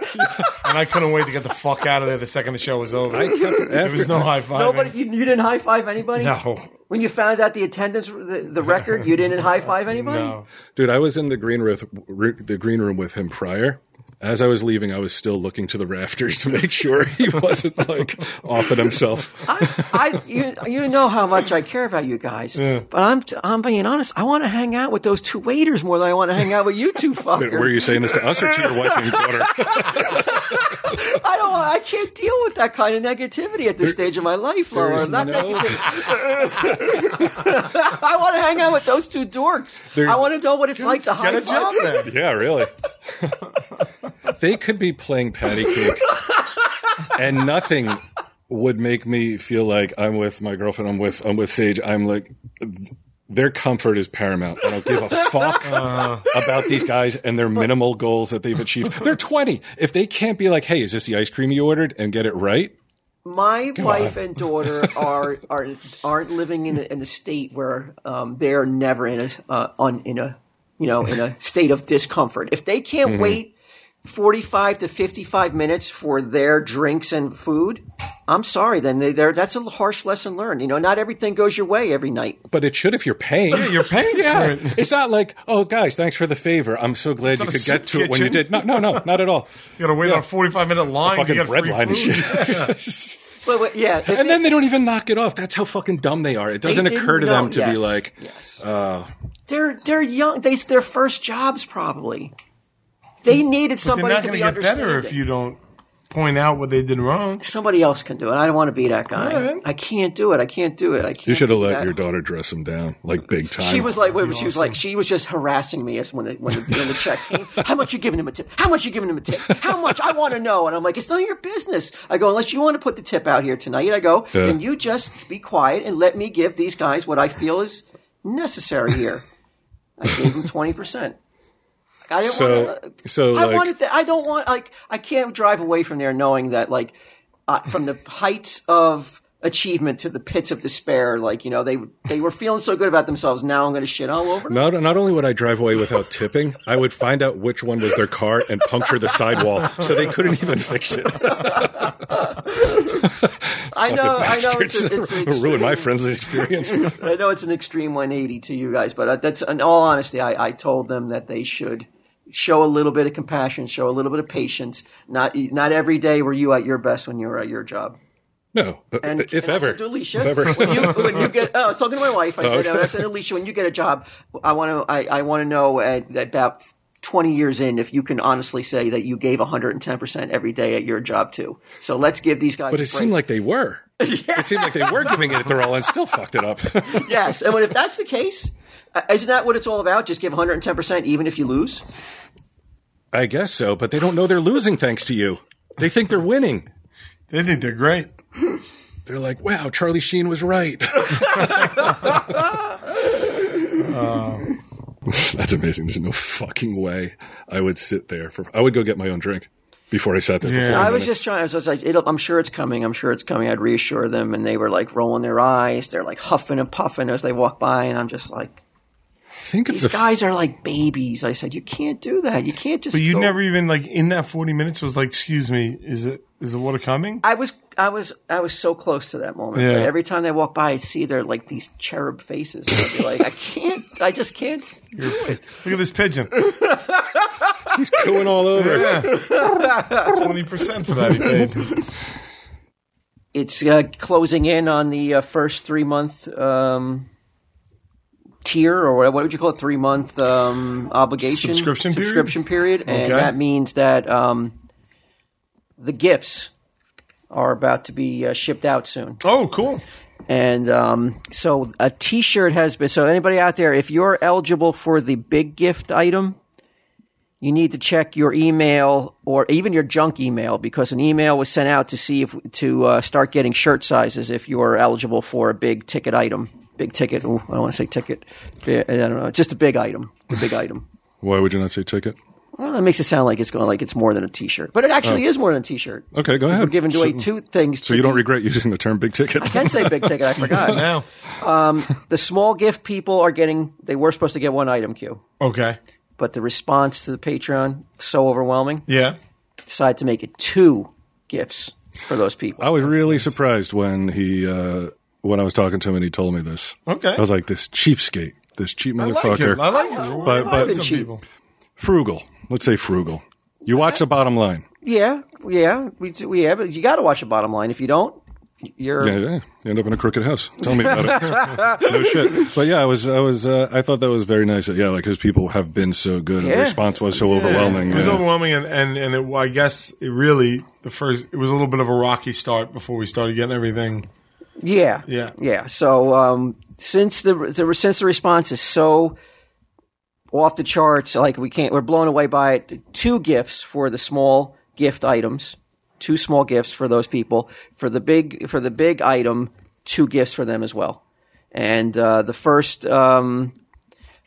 S2: and I couldn't wait to get the fuck out of there the second the show was over.
S4: I kept-
S2: there was no high five.
S5: Nobody, you, you didn't high five anybody.
S2: No,
S5: When you found out the attendance, the, the record, you didn't high five anybody.
S2: no.
S4: Dude, I was in the green room, the green room with him prior. As I was leaving, I was still looking to the rafters to make sure he wasn't like offing himself.
S5: I, I, you, you know how much I care about you guys, but I'm, I'm being honest. I want to hang out with those two waiters more than I want to hang out with you two
S4: Wait, were
S5: fuckers.
S4: you saying this to us or to your wife and daughter?
S5: I don't, want- I can't deal with that kind of negativity at this stage of my life, Laura.
S4: There's
S5: Not
S4: no-
S5: negative. I want to hang out with those two dorks.
S4: There-
S5: I want to know what it's like to high
S2: Get a
S5: five.
S2: job there.
S4: Yeah, really. they could be playing patty cake, and nothing would make me feel like I'm with my girlfriend. I'm with I'm with Sage. I'm like. Their comfort is paramount. I don't give a fuck
S2: Uh.
S4: about these guys and their minimal goals that they've achieved. They're 20. If they can't be like, hey, is this the ice cream you ordered and get it right?
S5: My wife and daughter are are aren't living in a, in a state where um, they are
S4: Mm-hmm.
S5: never in a uh, on in a you know in a state of discomfort. If they can't wait 45 to 55 minutes for their drinks and food, I'm sorry, then they, they're, that's a harsh lesson learned. You know, not everything goes your way every night.
S4: But it should if you're paying.
S2: Yeah, you're paying for
S4: Yeah.
S2: it.
S4: It's not like, oh, guys, thanks for the favor. I'm so glad you
S2: not a
S4: could
S2: soup
S4: get to it when you
S2: kitchen.
S4: did. No, no, no, not at all.
S2: You gotta wait
S4: Yeah.
S2: on a 45 minute line to
S4: fucking
S2: get
S4: bread
S2: free
S4: line and
S2: food.
S4: shit.
S5: But, but, yeah. if
S4: and
S5: it-
S4: then they don't even knock it off. That's how fucking dumb they are. It doesn't
S5: They
S4: occur to
S5: didn't
S4: them
S5: know.
S4: to be
S5: Yes.
S4: like, uh,
S5: yes. they're they're young. They their first jobs probably. They needed
S2: They're
S5: somebody
S2: not
S5: to
S2: gonna
S5: be
S2: get better
S5: understanding.
S2: if you don't point out what they did wrong.
S5: Somebody else can do it. I don't want to be that guy.
S2: All right.
S5: I can't do it. I can't do it. I can't.
S4: you should have
S5: do
S4: let
S5: that.
S4: your daughter dress him down like big time.
S5: She was like, wait, she was like, she was just harassing me as when the, when the, when the check came. How much you giving him a tip? How much you giving him a tip? How much? I want to know. And I'm like, it's none of your business. I go, unless you want to put the tip out here tonight, I go,
S4: Yeah.
S5: then you just be quiet and let me give these guys what I feel is necessary here. I gave them 20%. I didn't uh,
S4: So-
S5: want to,
S4: so,
S5: I
S4: like-
S5: wanted that. I don't want, like, I can't drive away from there knowing that, like, uh, from the heights of achievement to the pits of despair, like, you know, they, they were feeling so good about themselves. Now I'm going to shit all over. them.
S4: Not, not only would I drive away without tipping, I would find out which one was their car and puncture the sidewall so they couldn't even fix it.
S5: I know, I know it's, a, it's an
S4: Bastards. ruin my
S5: extreme-
S4: friend's experience.
S5: I know it's an extreme 180 to you guys, but uh, that's in all honesty, I, I told them that they should show a little bit of compassion, show a little bit of patience. Not not every day were you at your best when you were at your job.
S4: No, uh,
S5: And
S4: if
S5: and I
S4: ever.
S5: said to Alicia,
S4: If ever.
S5: When, you, when you get, oh, I was talking to my wife. I said, uh, I said, Alicia, when you get a job, I want to, I, I want to know at, about 20 years in if you can honestly say that you gave 110% every day at your job too. So let's give these guys.
S4: But
S5: a
S4: it seemed
S5: break.
S4: like they were. It seemed like they were giving it their all and still fucked it up.
S5: yes, and when, if that's the case, uh, isn't that what it's all about? Just give 110% even if you lose.
S4: I guess so, but they don't know they're losing thanks to you. They think they're winning.
S2: They think they're great.
S4: They're like, wow, Charlie Sheen was right. Uh, That's amazing. There's no fucking way I would sit there for. I would go get my own drink before I sat there.
S2: Yeah.
S4: For 40
S5: I was
S4: minutes.
S5: just trying. I was, just like, it'll, I'm sure it's coming. I'm sure it's coming. I'd reassure them, and they were like rolling their eyes. They're like huffing and puffing as they walk by, and I'm just like,
S4: think of
S5: these
S4: the
S5: guys are like babies. I said, you can't do that. You can't just.
S2: But you
S5: go-
S2: never even like in that 40 minutes was like, excuse me, is it, is the water coming?
S5: I was, I was, I was so close to that moment.
S2: Yeah.
S5: But every time they walk by, I see their like these cherub faces. And I'd be like, I can't. I just can't.
S2: Look at this pigeon.
S4: he's cooing all over.
S2: Yeah. 20% for that he paid.
S5: It's uh, closing in on the uh, first three month. Um, Tier or what, what would you call it? Three month um, obligation
S2: Subscription period?
S5: subscription period, and
S2: Okay.
S5: that means that um, the gifts are about to be uh, shipped out soon.
S2: Oh, cool.
S5: And um, so a T-shirt has been. So anybody out there, if you're eligible for the big gift item, you need to check your email or even your junk email because an email was sent out to see if to uh, start getting shirt sizes if you're eligible for a big ticket item. Big ticket. Ooh, I don't want to say ticket. I don't know. Just a big item. The big item.
S4: Why would you not say ticket?
S5: Well, that makes it sound like it's going like it's more than a T-shirt, but it actually is more than a T-shirt.
S4: Oh. Okay, go ahead.
S5: We're giving away
S4: So-
S5: two things.
S4: So you don't regret using the term big ticket?
S5: I can say big ticket. I forgot.
S2: Now.
S5: the small gift people are getting they were supposed to get one item queue
S2: Okay.
S5: but the response to the patreon so overwhelming
S2: Yeah.
S5: decided to make it two gifts for those people
S4: I was really surprised when he uh, when I was talking to him and he told me this.
S2: Okay.
S4: I was like, this cheapskate, this cheap
S2: I like
S4: motherfucker,
S2: it. I like it.
S4: But- but-
S2: some
S5: Cheap.
S2: people.
S4: frugal. Let's say frugal. You watch the bottom line.
S5: yeah yeah we, do- yeah but you got to watch the bottom line if you don't you're
S4: Yeah, yeah. You end up in a crooked house. Tell me about it. no shit. But yeah, I was, I was, uh, I thought that was very nice. Yeah, like because people have been so good. and The
S5: Yeah.
S4: response was so overwhelming.
S2: It was
S4: yeah.
S2: overwhelming, and and, and it, I guess it really the first. It was a little bit of a rocky start before we started getting everything.
S5: Yeah,
S2: Yeah.
S5: yeah. So um, since the, the since the response is so off the charts, like we can't, we're blown away by it. Two gifts for the small gift items, two small gifts for those people. For the big for the big item, two gifts for them as well. And uh, the first, um,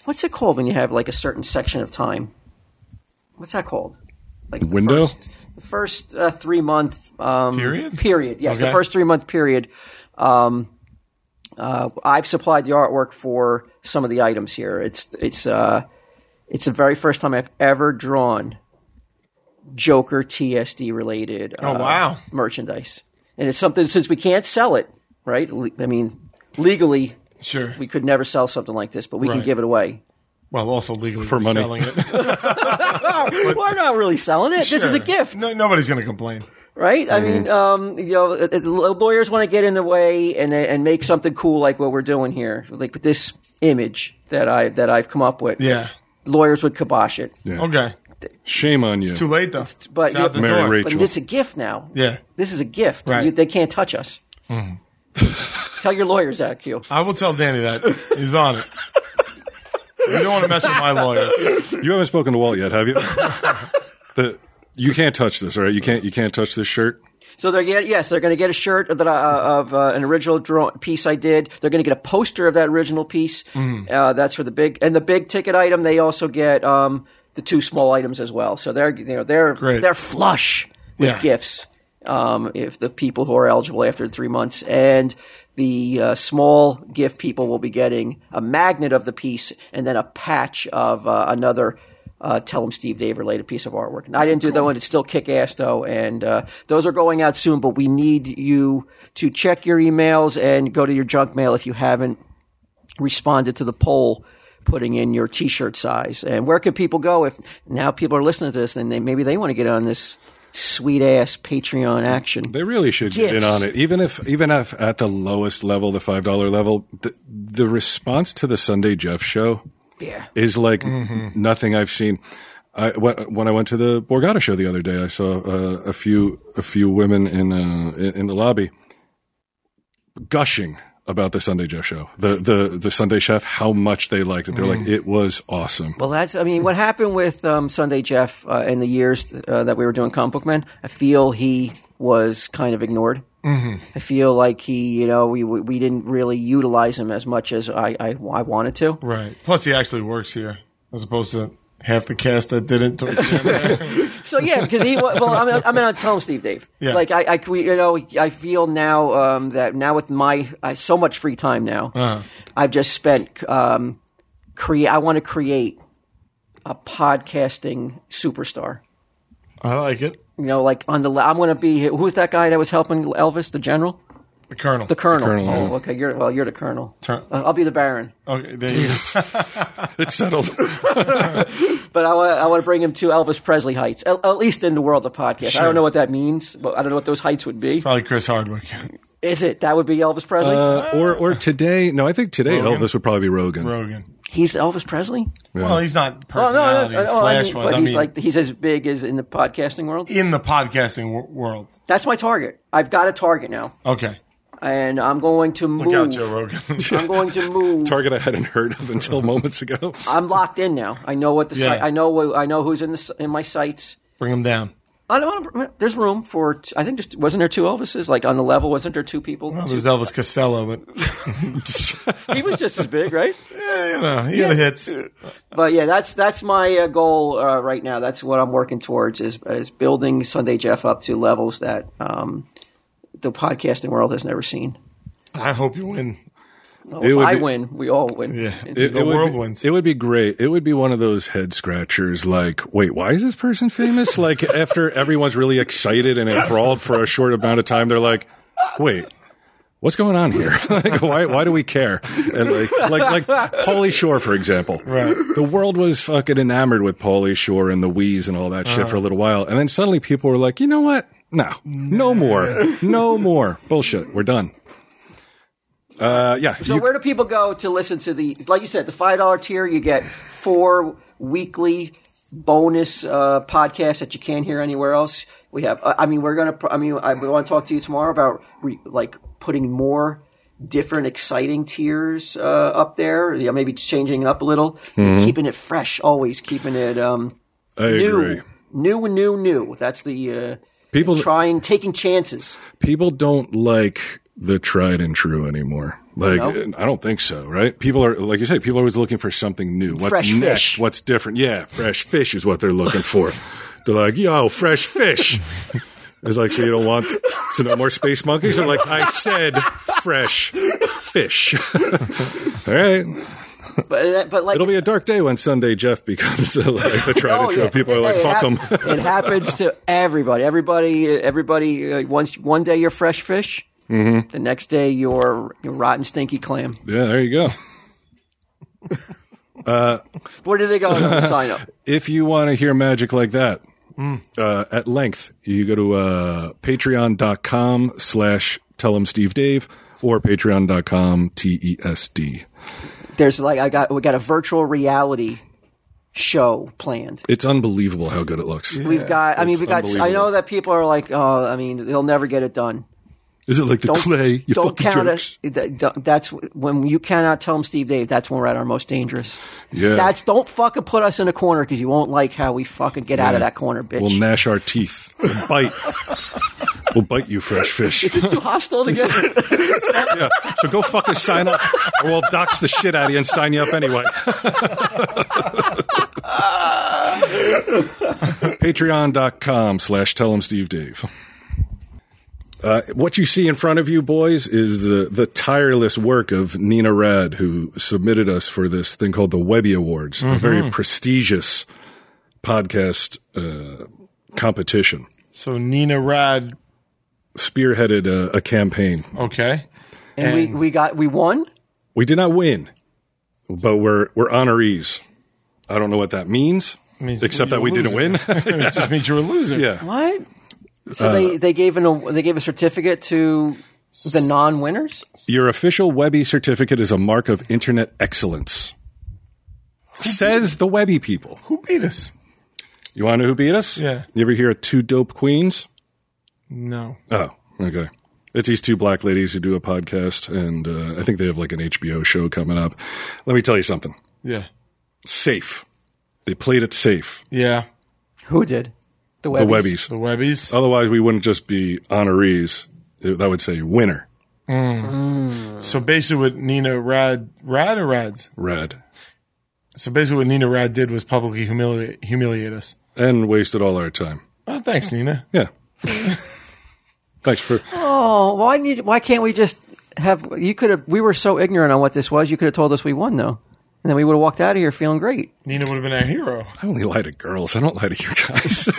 S5: what's it called when you have like a certain section of time? What's that called? Like the
S4: Window?
S5: First, the first uh, three month um,
S2: Period?
S5: Period. Yes, the
S2: Okay.
S5: first three month period. Um, uh, I've supplied the artwork for some of the items here. It's it's uh, it's the very first time I've ever drawn Joker TSD related. uh,
S2: Oh, wow.
S5: Merchandise, and it's something since we can't sell it, right? Le- I mean, legally,
S2: Sure.
S5: we could never sell something like this, but we can
S2: Right.
S5: give it away.
S2: well, also legally
S4: For
S2: we're
S4: money.
S2: selling it.
S5: We're not really selling it. This is a
S2: Sure.
S5: gift.
S2: No, nobody's going to complain.
S5: right? I mean, um, you know, uh, uh, lawyers want to get in the way and they- and make something cool like what we're doing here, like with this image that I that I've come up with.
S2: Yeah.
S5: lawyers would kibosh it,
S4: Yeah.
S2: Okay.
S4: Shame on you.
S2: Too late though.
S5: but
S2: It's out the
S5: you-
S4: Mary
S2: door.
S4: Rachel.
S5: but it's a gift now.
S2: Yeah.
S5: this is a gift.
S2: Right.
S5: You- they can't touch us. Tell your lawyers that, Q.
S2: I will tell Danny that he's on it. You don't want to mess with my lawyers.
S4: You haven't spoken to Walt yet, have you? the you can't touch this, all right? You can't you can't touch this shirt.
S5: So they're get, yes, they're going to get a shirt that I, uh, of uh, an original draw, piece I did. They're going to get a poster of that original piece. Uh, that's for the big and the big ticket item. They also get um, the two small items as well. So they're you know they're
S2: Great.
S5: they're flush with
S2: Yeah.
S5: gifts. Um, if the people who are eligible after three months and the uh, small gift people will be getting a magnet of the piece and then a patch of uh, another uh, Tell 'em Steve Dave related piece of artwork. And I didn't do that one. It's still kick ass though. And uh, those are going out soon, but we need you to check your emails and go to your junk mail if you haven't responded to the poll putting in your t-shirt size. And where can people go if now people are listening to this and they, maybe they want to get on this sweet ass Patreon action?
S4: They really should get in
S5: Gifts.
S4: on it. Even if even if at the lowest level, the five dollar level, the, the response to the Sunday Jeff show
S5: Yeah.
S4: is like nothing I've seen. I, when when I went to the Borgata show the other day, I saw uh, a few a few women in uh, in in the lobby gushing about the Sunday Jeff show, the the the Sunday Chef, how much they liked it. They're like, it was awesome.
S5: Well, that's, I mean, what happened with um, Sunday Jeff uh, in the years uh, that we were doing Comic Book Men, I feel he was kind of ignored. Mm-hmm. I feel like he, you know, we, we we didn't really utilize him as much as I, I, I wanted to.
S2: Right. Plus, he actually works here as opposed to half the cast that didn't. towards the end there.
S5: So yeah, because he well, I mean, I mean, I tell him Steve Dave.
S2: Yeah.
S5: Like I, I, we, you know, I feel now um, that now with my I, so much free time now, I've just spent um, create. I want to create a podcasting superstar.
S2: I like it.
S5: You know, like on the le- I'm going to be who's that guy that was helping Elvis, the general,
S2: The Colonel.
S5: the colonel.
S4: colonel,
S5: oh,
S4: yeah.
S5: okay. You're well, you're the colonel.
S2: Turn-
S5: Uh, I'll be the baron.
S2: okay, there you go.
S4: It's settled.
S5: But I want, I want to bring him to Elvis Presley heights, at, at least in the world of podcast. I
S2: Sure.
S5: don't know what that means. But I don't know what those heights would be.
S2: Probably Chris Hardwick.
S5: Is it? That would be Elvis Presley?
S4: Uh, or or today? No, I think today
S2: Rogan?
S4: Elvis would probably be Rogan.
S2: Rogan.
S5: He's Elvis Presley?
S2: Well, he's not
S5: Oh, no,
S2: personality
S5: no, no, I
S2: flash
S5: mean,
S2: wise.
S5: but
S2: I
S5: he's
S2: mean,
S5: like he's as big as in the podcasting world.
S2: in the podcasting w- world.
S5: That's my target. I've got a target now,
S2: Okay.
S5: and I'm going to move.
S2: Look out, Joe Rogan.
S5: I'm going to move.
S4: Target I hadn't heard of until moments ago.
S5: I'm locked in now. I know what the
S2: Yeah.
S5: site. I know. what- I know who's in the s- in my sights.
S2: Bring him down.
S5: I don't. wanna- There's room for. t- I think there's wasn't there two Elvises like on the level. Wasn't there two people?
S2: Well, there's Elvis Costello, but
S5: he was just as big, right?
S2: eh, you know, he had hits.
S5: But yeah, that's that's my uh, goal uh, right now. That's what I'm working towards is is building Sunday Jeff up to levels that um, the podcasting world has never seen.
S2: I hope you win.
S4: It would
S5: I
S4: be-
S5: win. We all win.
S2: Yeah.
S5: It's-
S4: It,
S2: The
S4: it
S2: world
S4: would
S2: wins.
S4: be, it would be great. It would be one of those head scratchers like, wait, why is this person famous? like after everyone's really excited and enthralled for a short amount of time, they're like, wait. What's going on here? like, why, why do we care? And like, like, like Paulie Shore, for example.
S2: Right.
S4: The world was fucking enamored with Paulie Shore and the Wheeze and all that
S2: Uh-huh.
S4: shit for a little while. And then suddenly people were like, you know what? No, no more, no more bullshit. We're done. Uh, yeah.
S5: So
S4: you-
S5: where do people go to listen to the? Like you said, the five dollar tier, you get four weekly bonus uh, podcasts that you can't hear anywhere else. We have. I I mean, we're gonna. pr- I mean, I, we want to talk to you tomorrow about re, like putting more different exciting tiers uh, up there. Yeah, maybe changing it up a little, keeping it fresh, always keeping it um,
S4: Mm-hmm. I
S5: new,
S4: agree.
S5: new, new, new. That's the uh,
S4: People-
S5: trying, taking chances.
S4: people don't like the tried and true anymore. Like, I don't think so, right? People are, like you say, people are always looking for something new. What's
S5: Fresh
S4: next?
S5: fish.
S4: What's different? Yeah, fresh fish is what they're looking for. they're like, yo, fresh fish. It's like, so you don't want, so no more space monkeys? They're like, I said fresh fish. All right.
S5: But that- but like
S4: It'll be a dark day when Sunday Jeff becomes the, like, the tried and true. People are like,
S5: Oh, Hey, it
S4: fuck
S5: hap-
S4: him.
S5: it happens to everybody. Everybody, everybody. Uh, once one day you're fresh fish,
S4: Mm-hmm.
S5: the next day you're, you're rotten stinky clam.
S4: yeah, there you go.
S5: Where do they go on the sign up?
S4: If you want to hear magic like that uh, at length, you go to uh, patreon.com slash tell him Steve Dave or patreon.com E T-E-S-D.
S5: There's like I got we got a virtual reality show planned.
S4: It's unbelievable how good it looks.
S5: We've got. I mean,
S4: it's
S5: we got. I know
S4: unbelievable.
S5: that people are like, oh, I mean, they'll never get it done.
S4: Is it like the clay? You
S5: don't
S4: fucking
S5: count
S4: jerks.
S5: us. that- don't- That's when you cannot tell them Steve Dave. That's when we're at our most dangerous.
S4: Yeah.
S5: That's don't fucking put us in a corner because you won't like how we fucking get out of that corner, bitch.
S4: We'll gnash our teeth. We'll bite. we'll bite you, fresh fish.
S5: It's too hostile to get.
S4: Yeah. So go fuck us, sign up, or we'll dox the shit out of you and sign you up anyway. Patreon.com slash tell him Steve Dave. Uh, what you see in front of you, boys, is the, the tireless work of Nina Rad, who submitted us for this thing called the Webby Awards, a very prestigious podcast uh, competition.
S2: So Nina Rad.
S4: Spearheaded a, a campaign
S2: Okay.
S5: And we, we got we won.
S4: We did not win, but we're we're honorees. I don't know what that means,
S2: means
S4: except
S2: you're
S4: that we
S2: a
S4: didn't win.
S2: loser. it just means you're a loser.
S4: yeah,
S5: What? So they, they gave an aw- they gave a certificate to the non winners.
S4: your official Webby certificate is a mark of internet excellence. Says the Webby people.
S2: Who beat us?
S4: You want to know who beat us?
S2: Yeah.
S4: You ever hear of two dope queens?
S2: No.
S4: Oh, okay. It's these two black ladies who do a podcast, and uh, I think they have like an HBO show coming up. Let me tell you something.
S2: Yeah.
S4: Safe. They played it safe.
S2: Yeah.
S5: Who did? The Webbies.
S4: The Webbies.
S2: The Webbies.
S4: Otherwise, we wouldn't just be honorees. That would say winner,
S2: So basically, what Nina Rad Rad or Rads.
S4: red,
S2: So basically, what Nina Rad did was publicly humiliate humiliate us.
S4: and wasted all our time.
S2: Oh, thanks, Nina.
S4: Yeah. Thanks for.
S5: Oh, why need? Why can't we just have? You could have. We were so ignorant on what this was. You could have told us we won though, and then we would have walked out of here feeling great.
S2: Nina would have been our hero.
S4: I only lie to girls. I don't lie to you guys.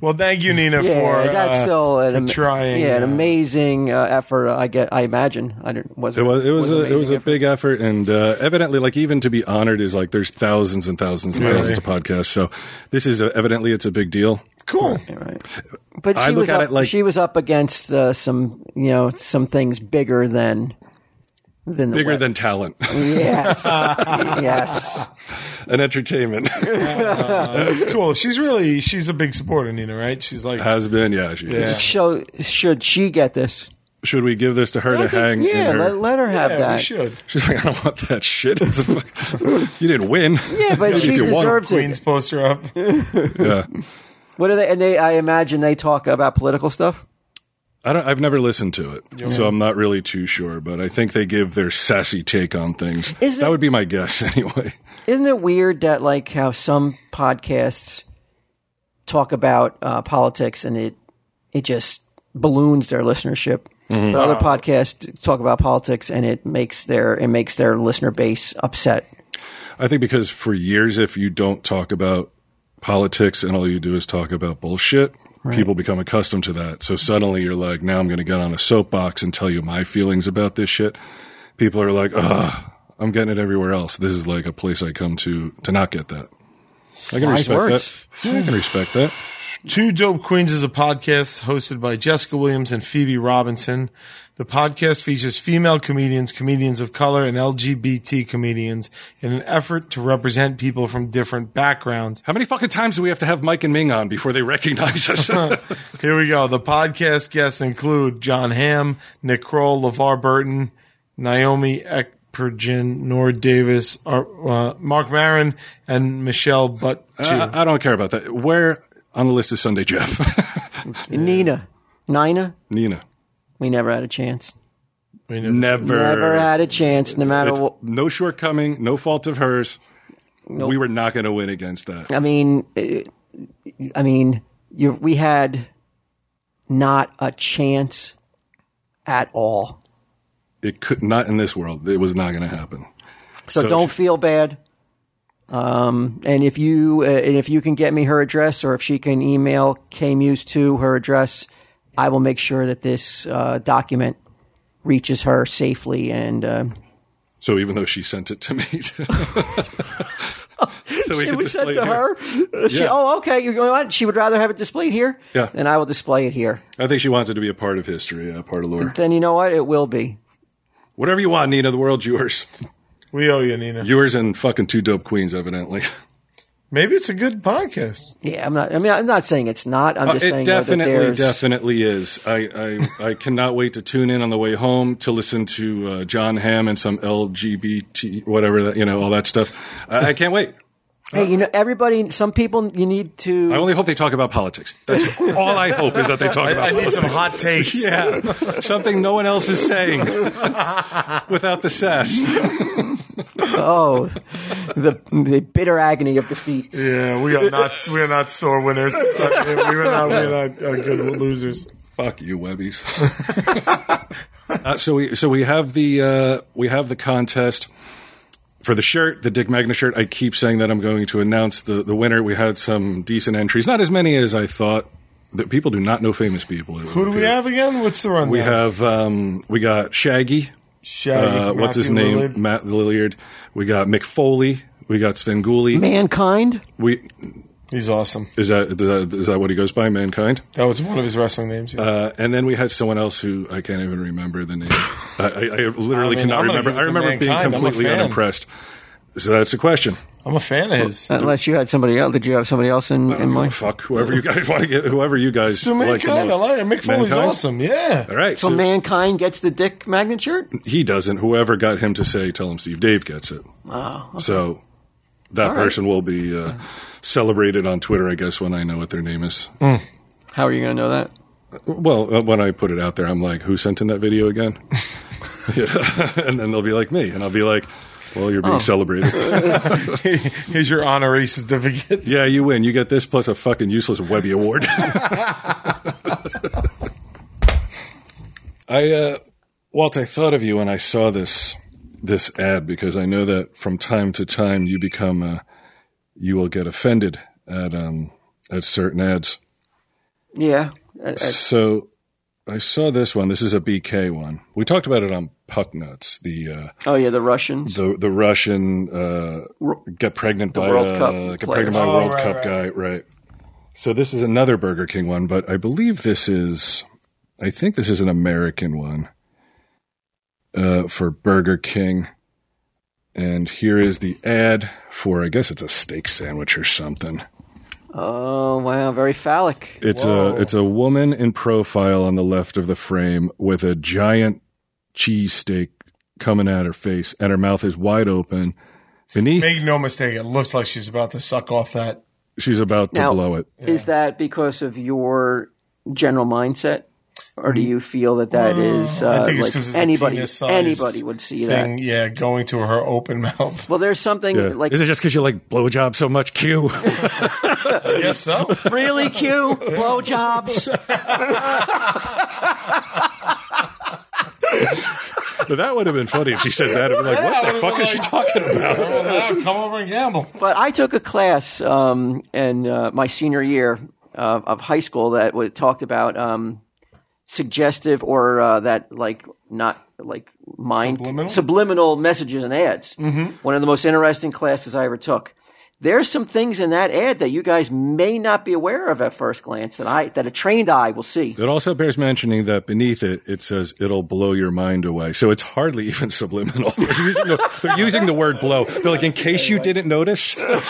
S2: Well, thank you, Nina,
S5: Yeah,
S2: for
S5: that's
S2: uh,
S5: still an
S2: for
S5: ama-
S2: trying.
S5: Yeah, an
S2: uh,
S5: amazing uh, effort. I get. I imagine. I didn't. Was
S4: it was. It was a. It
S5: amazing
S4: was a
S5: effort.
S4: big effort, and uh, evidently, like even to be honored is like there's thousands and thousands and
S2: Really?
S4: thousands of podcasts. So this is a, evidently it's a big deal.
S2: cool.
S5: But she
S4: I look
S5: was
S4: at
S5: up,
S4: it like-
S5: she was up against uh, some you know some things bigger than than the
S4: Bigger
S5: web.
S4: than talent
S5: yes yes.
S4: and entertainment
S2: It's Uh, cool. She's really she's a big supporter, Nina. Right? She's like
S4: has been. Yeah, she-
S2: Yeah.
S5: So should she get this?
S4: Should we give this to her to hang? in
S5: yeah,
S4: her-
S5: let, let her have
S2: yeah,
S5: that.
S2: we should.
S4: She's like, I don't want that shit. It's a fuck- you didn't win.
S5: Yeah, but she
S4: If you want.
S5: deserves
S2: Queens
S5: it.
S2: poster up.
S4: Yeah.
S5: What are they? And they, I imagine they talk about political stuff.
S4: I don't, I've never listened to it, so I'm not really too sure, but I think they give their sassy take on things.
S5: Is
S4: that
S5: it-
S4: would be my guess anyway.
S5: Isn't it weird that like how some podcasts talk about uh, politics and it it just balloons their listenership, but other podcasts talk about politics and it makes their it makes their listener base upset.
S4: I think because for years, if you don't talk about politics and all you do is talk about bullshit, people become accustomed to that. So suddenly you're like, now I'm going to get on a soapbox and tell you my feelings about this shit. People are like, ugh, I'm getting it everywhere else. This is like a place I come to to not get that. I can
S5: Wise
S4: respect
S5: words.
S4: that. Yeah, I can respect that.
S2: Two Dope Queens is a podcast hosted by Jessica Williams and Phoebe Robinson. The podcast features female comedians, comedians of color, and LGBT comedians in an effort to represent people from different backgrounds.
S4: How many fucking times do we have to have Mike and Ming on before they recognize us?
S2: Here we go. The podcast guests include John Hamm, Nick Kroll, LeVar Burton, Naomi Ekpergin, Nora Davis, Ar- uh, Mark Marin, and Michelle Butt.
S4: I, I don't care about that. Where on the list is Sunday Jeff?
S5: Nina, Nina,
S4: Nina.
S5: we never had a chance.
S4: Never.
S5: Never had a chance, no matter
S4: It's
S5: what.
S4: no shortcoming, no fault of hers. We were not going to win against that.
S5: I mean, eh, I mean, you, we had not a chance at all.
S4: It could not in this world. It was not going to happen.
S5: So, don't feel bad. Um, and if you uh, and if you can get me her address, or if she can email KMuse to her address, I will make sure that this uh, document reaches her safely. And uh,
S4: So even though she sent it to me, so we
S5: it
S4: could
S5: was sent
S4: display it
S5: to
S4: here.
S5: her. She,
S4: Yeah.
S5: oh, okay. You know what? She would rather have it displayed here.
S4: Yeah.
S5: Then I will display it here.
S4: I think she wants it to be a part of history, a part of lore.
S5: Then you know what? It will be.
S4: Whatever you want, Nina. The world's yours.
S2: We owe you, Nina.
S4: Yours and fucking two dope queens, evidently.
S2: Maybe it's a good podcast.
S5: Yeah, I'm not. I mean, I'm not saying it's not. I'm just
S4: Uh, it
S5: saying whether
S4: definitely,
S5: there's
S4: definitely is. I, I, I cannot wait to tune in on the way home to listen to uh, John Hamm and some LGBT, whatever that you know, all that stuff. I, I can't wait.
S5: Hey, you know, everybody. Some people you need to.
S4: I only hope they talk about politics. That's all I hope is that they talk
S2: I,
S4: about
S2: I need
S4: politics.
S2: some hot takes.
S4: yeah, something no one else is saying without the sass.
S5: oh, the the bitter agony of defeat.
S2: Yeah, we are not we are not sore winners. we are not we are not uh, good losers.
S4: Fuck you, Webbies. uh, so we so we have the uh, we have the contest for the shirt, the Dick Magna shirt. I keep saying that I'm going to announce the the winner. We had some decent entries, not as many as I thought. That people do not know famous people.
S2: Who do we have again? What's the rundown?
S4: We have um, we got Shaggy.
S2: Shaggy,
S4: uh, what's his
S2: Matthew
S4: name?
S2: Lillard.
S4: Matt Lilliard. We got Mick Foley. We got Sven Gulli.
S5: Mankind.
S4: We
S2: He's awesome.
S4: is that is that what he goes by? Mankind.
S2: That was one of his wrestling names. yeah.
S4: Uh, and then we had someone else who I can't even remember the name. I, I, I literally
S2: I mean,
S4: cannot
S2: I'm gonna
S4: remember.
S2: give it
S4: I
S2: to
S4: remember being
S2: Mankind. I'm a
S4: completely
S2: fan.
S4: unimpressed. So that's the question.
S2: I'm a fan of his.
S5: Unless you had somebody else. Did you have somebody else in, in mind?
S4: Fuck whoever you guys want to get. Whoever you guys
S2: So
S4: like. the
S2: mankind, I
S4: most.
S2: like it. Mick Foley's
S4: Mankind?
S2: awesome. Yeah.
S4: All right.
S5: So
S4: So,
S5: mankind gets the Dick Magnet shirt.
S2: Mm.
S4: he doesn't. Whoever got him to say, "Tell him Steve Dave gets it." So that
S5: right.
S4: person will be uh, celebrated on Twitter, I guess, when I know what their name is.
S5: How are you going to know that?
S4: Well, uh, when I put it out there, I'm like, "Who sent in that video again?" Yeah. and then they'll be like, "Me," and I'll be like, "Well, you're
S5: Oh.
S4: being celebrated."
S2: Here's your honorary certificate.
S4: Yeah, you win. You get this plus a fucking useless Webby award. I, uh, Walt, I thought of you when I saw this this ad because I know that from time to time you become uh, you will get offended at um at certain ads.
S5: Yeah. Uh, I- I-
S4: So I saw this one. This is a BK one. We talked about it on Puck Nuts, the uh,
S5: oh yeah, the Russians.
S4: the the Russian uh, get pregnant by
S5: World
S4: uh,
S5: Cup
S4: get
S5: player.
S4: pregnant by a
S2: Oh,
S4: World
S2: right,
S4: Cup
S2: right.
S4: guy, right? So this is another Burger King one, but I believe this is, I think this is an American one uh, for Burger King. And here is the ad for, I guess it's a steak sandwich or something.
S5: oh wow, very phallic.
S4: It's a it's a woman in profile on the left of the frame with a giant cheesesteak coming at her face, and her mouth is wide open. Beneath,
S2: Make no mistake, it looks like she's about to suck off that.
S4: she's about to
S5: Now-
S4: blow it.
S5: Is that because of your general mindset, or do you feel that that is uh,
S2: Mm. I think it's
S5: like
S2: because it's a
S5: anybody
S2: penis size
S5: anybody would see
S2: thing,
S5: that?
S2: Yeah, going to her open mouth.
S5: Well, there's something
S4: Yeah.
S5: like
S4: is it just because you like blowjob so much, Q?
S2: I guess so.
S5: really cute E blowjobs.
S4: but that would have been funny if she said that. I'd be like, what the fuck is she talking about?
S2: Come over and gamble.
S5: But I took a class um, in uh, my senior year uh, of high school that was, talked about um, suggestive or uh, that like not like mind
S2: Subliminal?
S5: subliminal messages and ads.
S4: Mm-hmm.
S5: One of the most interesting classes I ever took. There's some things in that ad that you guys may not be aware of at first glance that I that a trained eye will see.
S4: It also bears mentioning that beneath it, it says it'll blow your mind away. So it's hardly even subliminal. They're using the, they're using the word blow. They're like, in case you didn't notice, we're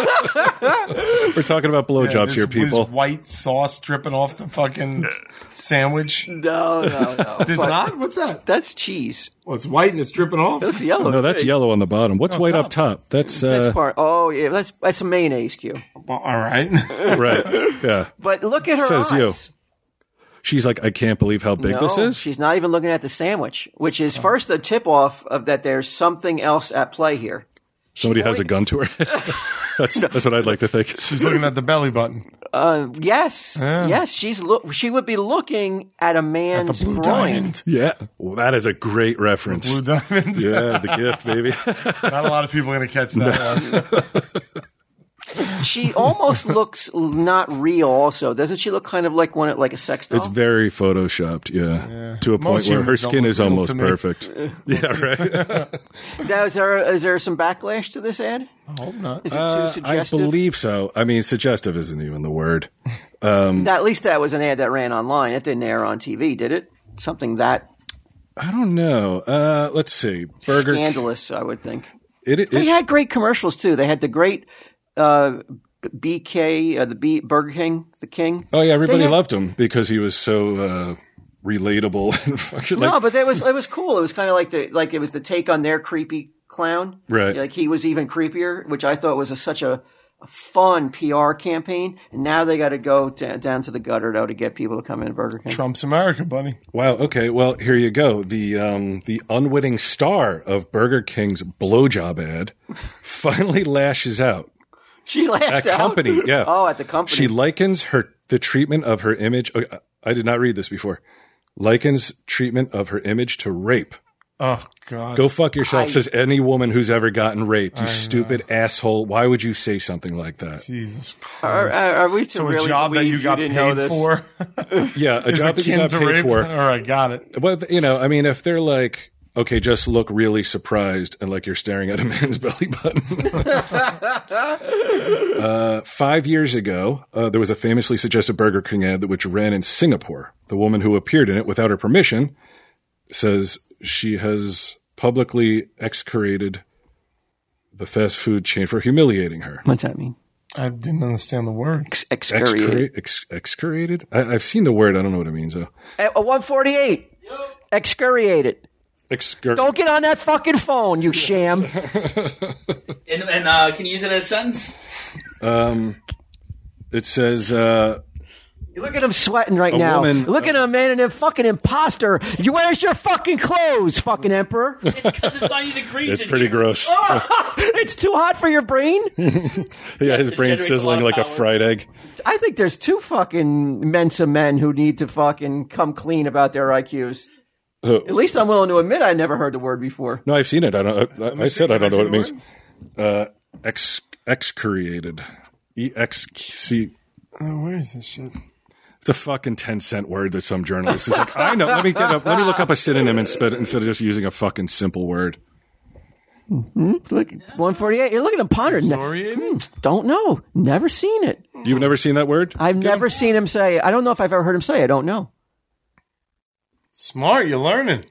S4: talking about blowjobs
S2: This-
S4: here, people.
S2: This white sauce dripping off the fucking sandwich.
S5: No, no, no.
S2: There's not? What's that?
S5: That's cheese.
S2: Well, it's white and it's dripping off.
S5: It's yellow.
S4: No, that's yellow on the bottom. What's white up top? That's,
S5: That's
S4: uh,
S5: part. Oh, yeah. That's that's a mayonnaise cue.
S2: Well, all right.
S4: right. Yeah.
S5: But look at her
S4: Says
S5: eyes.
S4: you. She's like, I can't believe how big this
S5: No,
S4: is.
S5: She's not even looking at the sandwich, which is first a tip off of that there's something else at play here.
S4: Somebody has a gun to her. that's, that's what I'd like to think.
S2: She's looking at the belly button.
S5: uh, yes,
S2: Yeah.
S5: yes, she's look. She would be looking at a man's
S2: the blue
S5: groin.
S2: diamond.
S4: Yeah. Well, that is a great reference.
S2: Blue diamonds.
S4: yeah, the gift, baby.
S2: Not a lot of people are going to catch that one.
S5: She almost looks not real. Also, doesn't she look kind of like one like a sex doll?
S4: It's very photoshopped, yeah. To a
S2: Most
S4: point where her
S2: humans don't
S4: skin
S2: look
S4: is
S2: real to
S4: almost
S2: me.
S4: perfect.
S5: Uh,
S4: yeah, right.
S5: now, is there is there some backlash to this ad?
S2: I hope not.
S5: Is it
S4: Uh,
S5: too
S4: I
S5: suggestive?
S4: believe so. I mean, suggestive isn't even the word.
S5: at least that was an ad that ran online. It didn't air on TV, did it? Something that
S4: I don't know. Uh, let's see. Burger.
S5: scandalous, I would think.
S4: It, it,
S5: They had great commercials too. They had the great uh, B- BK, uh, the B Burger King, the King.
S4: oh, yeah. Everybody
S5: had-
S4: loved him because he was so uh, relatable and fucking like,
S5: no, but that was it was cool. It was kind of like the like it was the take on their creepy clown.
S4: Right.
S5: Like he was even creepier, which I thought was a, such a, a fun PR campaign. And now they got to go da- down to the gutter though to get people to come in Burger King.
S2: Trump's America, buddy.
S4: wow. Okay. Well, here you go. The, um, the unwitting star of Burger King's blowjob ad finally lashes out.
S5: She laughed
S4: at
S5: out.
S4: company. Yeah.
S5: Oh, at the company.
S4: She likens her the treatment of her image. oh, I did not read this before. Likens treatment of her image to rape.
S2: Oh, God.
S4: Go fuck yourself, says any woman who's ever gotten raped. You stupid asshole. Why would you say something like that?
S2: Jesus Christ.
S5: are, are, are we to
S2: So
S5: really
S2: a job that
S5: believe
S2: you got
S5: didn't know
S2: paid
S5: this?
S2: for
S4: Yeah, a
S2: is
S4: job that you
S2: akin
S4: got
S2: to
S4: paid
S2: rape?
S4: for.
S2: All right, got it.
S4: Well, you know, I mean, if they're like, okay, just look really surprised and like you're staring at a man's belly button. uh, five years ago, uh, there was a famously suggested Burger King ad that which ran in Singapore. The woman who appeared in it without her permission says she has publicly execrated the fast food chain for humiliating her.
S5: What's that mean?
S2: I didn't understand the word.
S5: Ex- Excoriated.
S4: Excra- ex- excoriated? I- I've seen the word. I don't know what it means though.
S5: At 148. Excoriated.
S4: Excor-
S5: Don't get on that fucking phone, you sham.
S6: And, and uh, can you use it as a sentence?
S4: it says. Uh,
S5: Look at him sweating right now.
S4: woman-
S5: Look at him, man, and him fucking imposter. You where's your fucking clothes, fucking emperor?
S6: It's because it's 90 degrees.
S4: it's
S6: in
S4: pretty
S6: here.
S4: gross.
S5: it's too hot for your brain.
S4: Yeah, his
S6: it
S4: brain
S6: generates a
S4: sizzling
S6: lot
S4: like
S6: of
S4: a
S6: power.
S4: fried egg.
S5: I think there's two fucking Mensa men who need to fucking come clean about their IQs.
S4: Who?
S5: At least I'm willing to admit I never heard the word before.
S4: No, I've seen it. I don't. I, I, I
S2: me see.
S4: said I
S2: Can I
S4: don't know what it
S2: see
S4: means.
S2: the
S4: Uh, ex excoriated, e x c.
S2: Oh, where is this shit?
S4: It's a fucking ten cent word that some journalist is like. I know. Let me get up. Let me look up a synonym instead instead of just using a fucking simple word.
S5: Look, 148. Hey, Look at him pondering. that.
S2: Oriented?
S5: Don't know. Never seen it.
S4: You've never seen that word?
S5: I've never seen him say. I don't know if I've ever heard him say. I don't know.
S2: Smart, you're learning.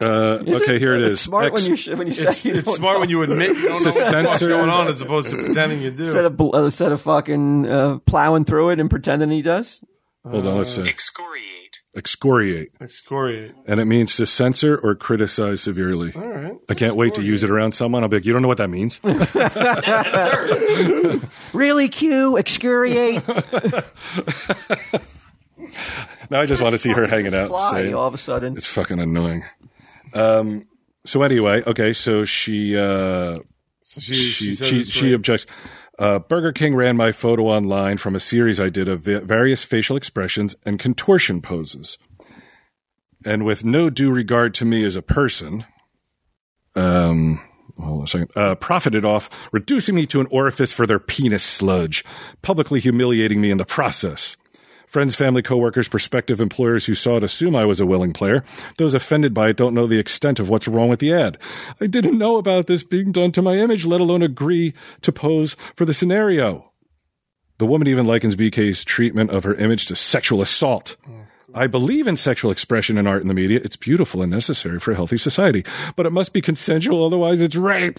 S4: Uh, okay, here it is.
S5: It's smart when
S4: Ex-
S5: you sh- when you say
S2: It's,
S5: you
S2: it's
S5: don't
S2: smart
S5: know.
S2: when you admit you don't know
S4: To
S2: what the fuck's
S4: censor-
S2: going on as opposed to pretending you
S5: instead
S2: do.
S5: of bl- uh, instead of fucking uh, plowing through it and pretending he does.
S4: Hold on. Let's see.
S7: Excoriate.
S4: Excoriate,
S2: Excoriate.
S4: and it means to censor or criticize severely.
S2: All right.
S4: I can't wait to use it around someone. I'll be like, you don't know what that means.
S5: Really, Q excoriate.
S4: now I just want to see her hanging out. and
S5: fly
S4: saying-
S5: all of a sudden.
S4: It's fucking annoying. Um, so anyway, okay, so she uh,
S2: So she,
S4: she
S2: she, says
S4: she,
S2: it's
S4: she
S2: rape.
S4: objects. Uh, Burger King ran my photo online from a series I did of va- various facial expressions and contortion poses, and with no due regard to me as a person, um, hold on a second, uh, profited off reducing me to an orifice for their penis sludge, publicly humiliating me in the process. Friends, family, coworkers, prospective employers who saw it assume I was a willing player. Those offended by it don't know the extent of what's wrong with the ad. I didn't know about this being done to my image, let alone agree to pose for the scenario. The woman even likens BK's treatment of her image to sexual assault. I believe in sexual expression and art in the media. It's beautiful and necessary for a healthy society, but it must be consensual, otherwise, it's rape.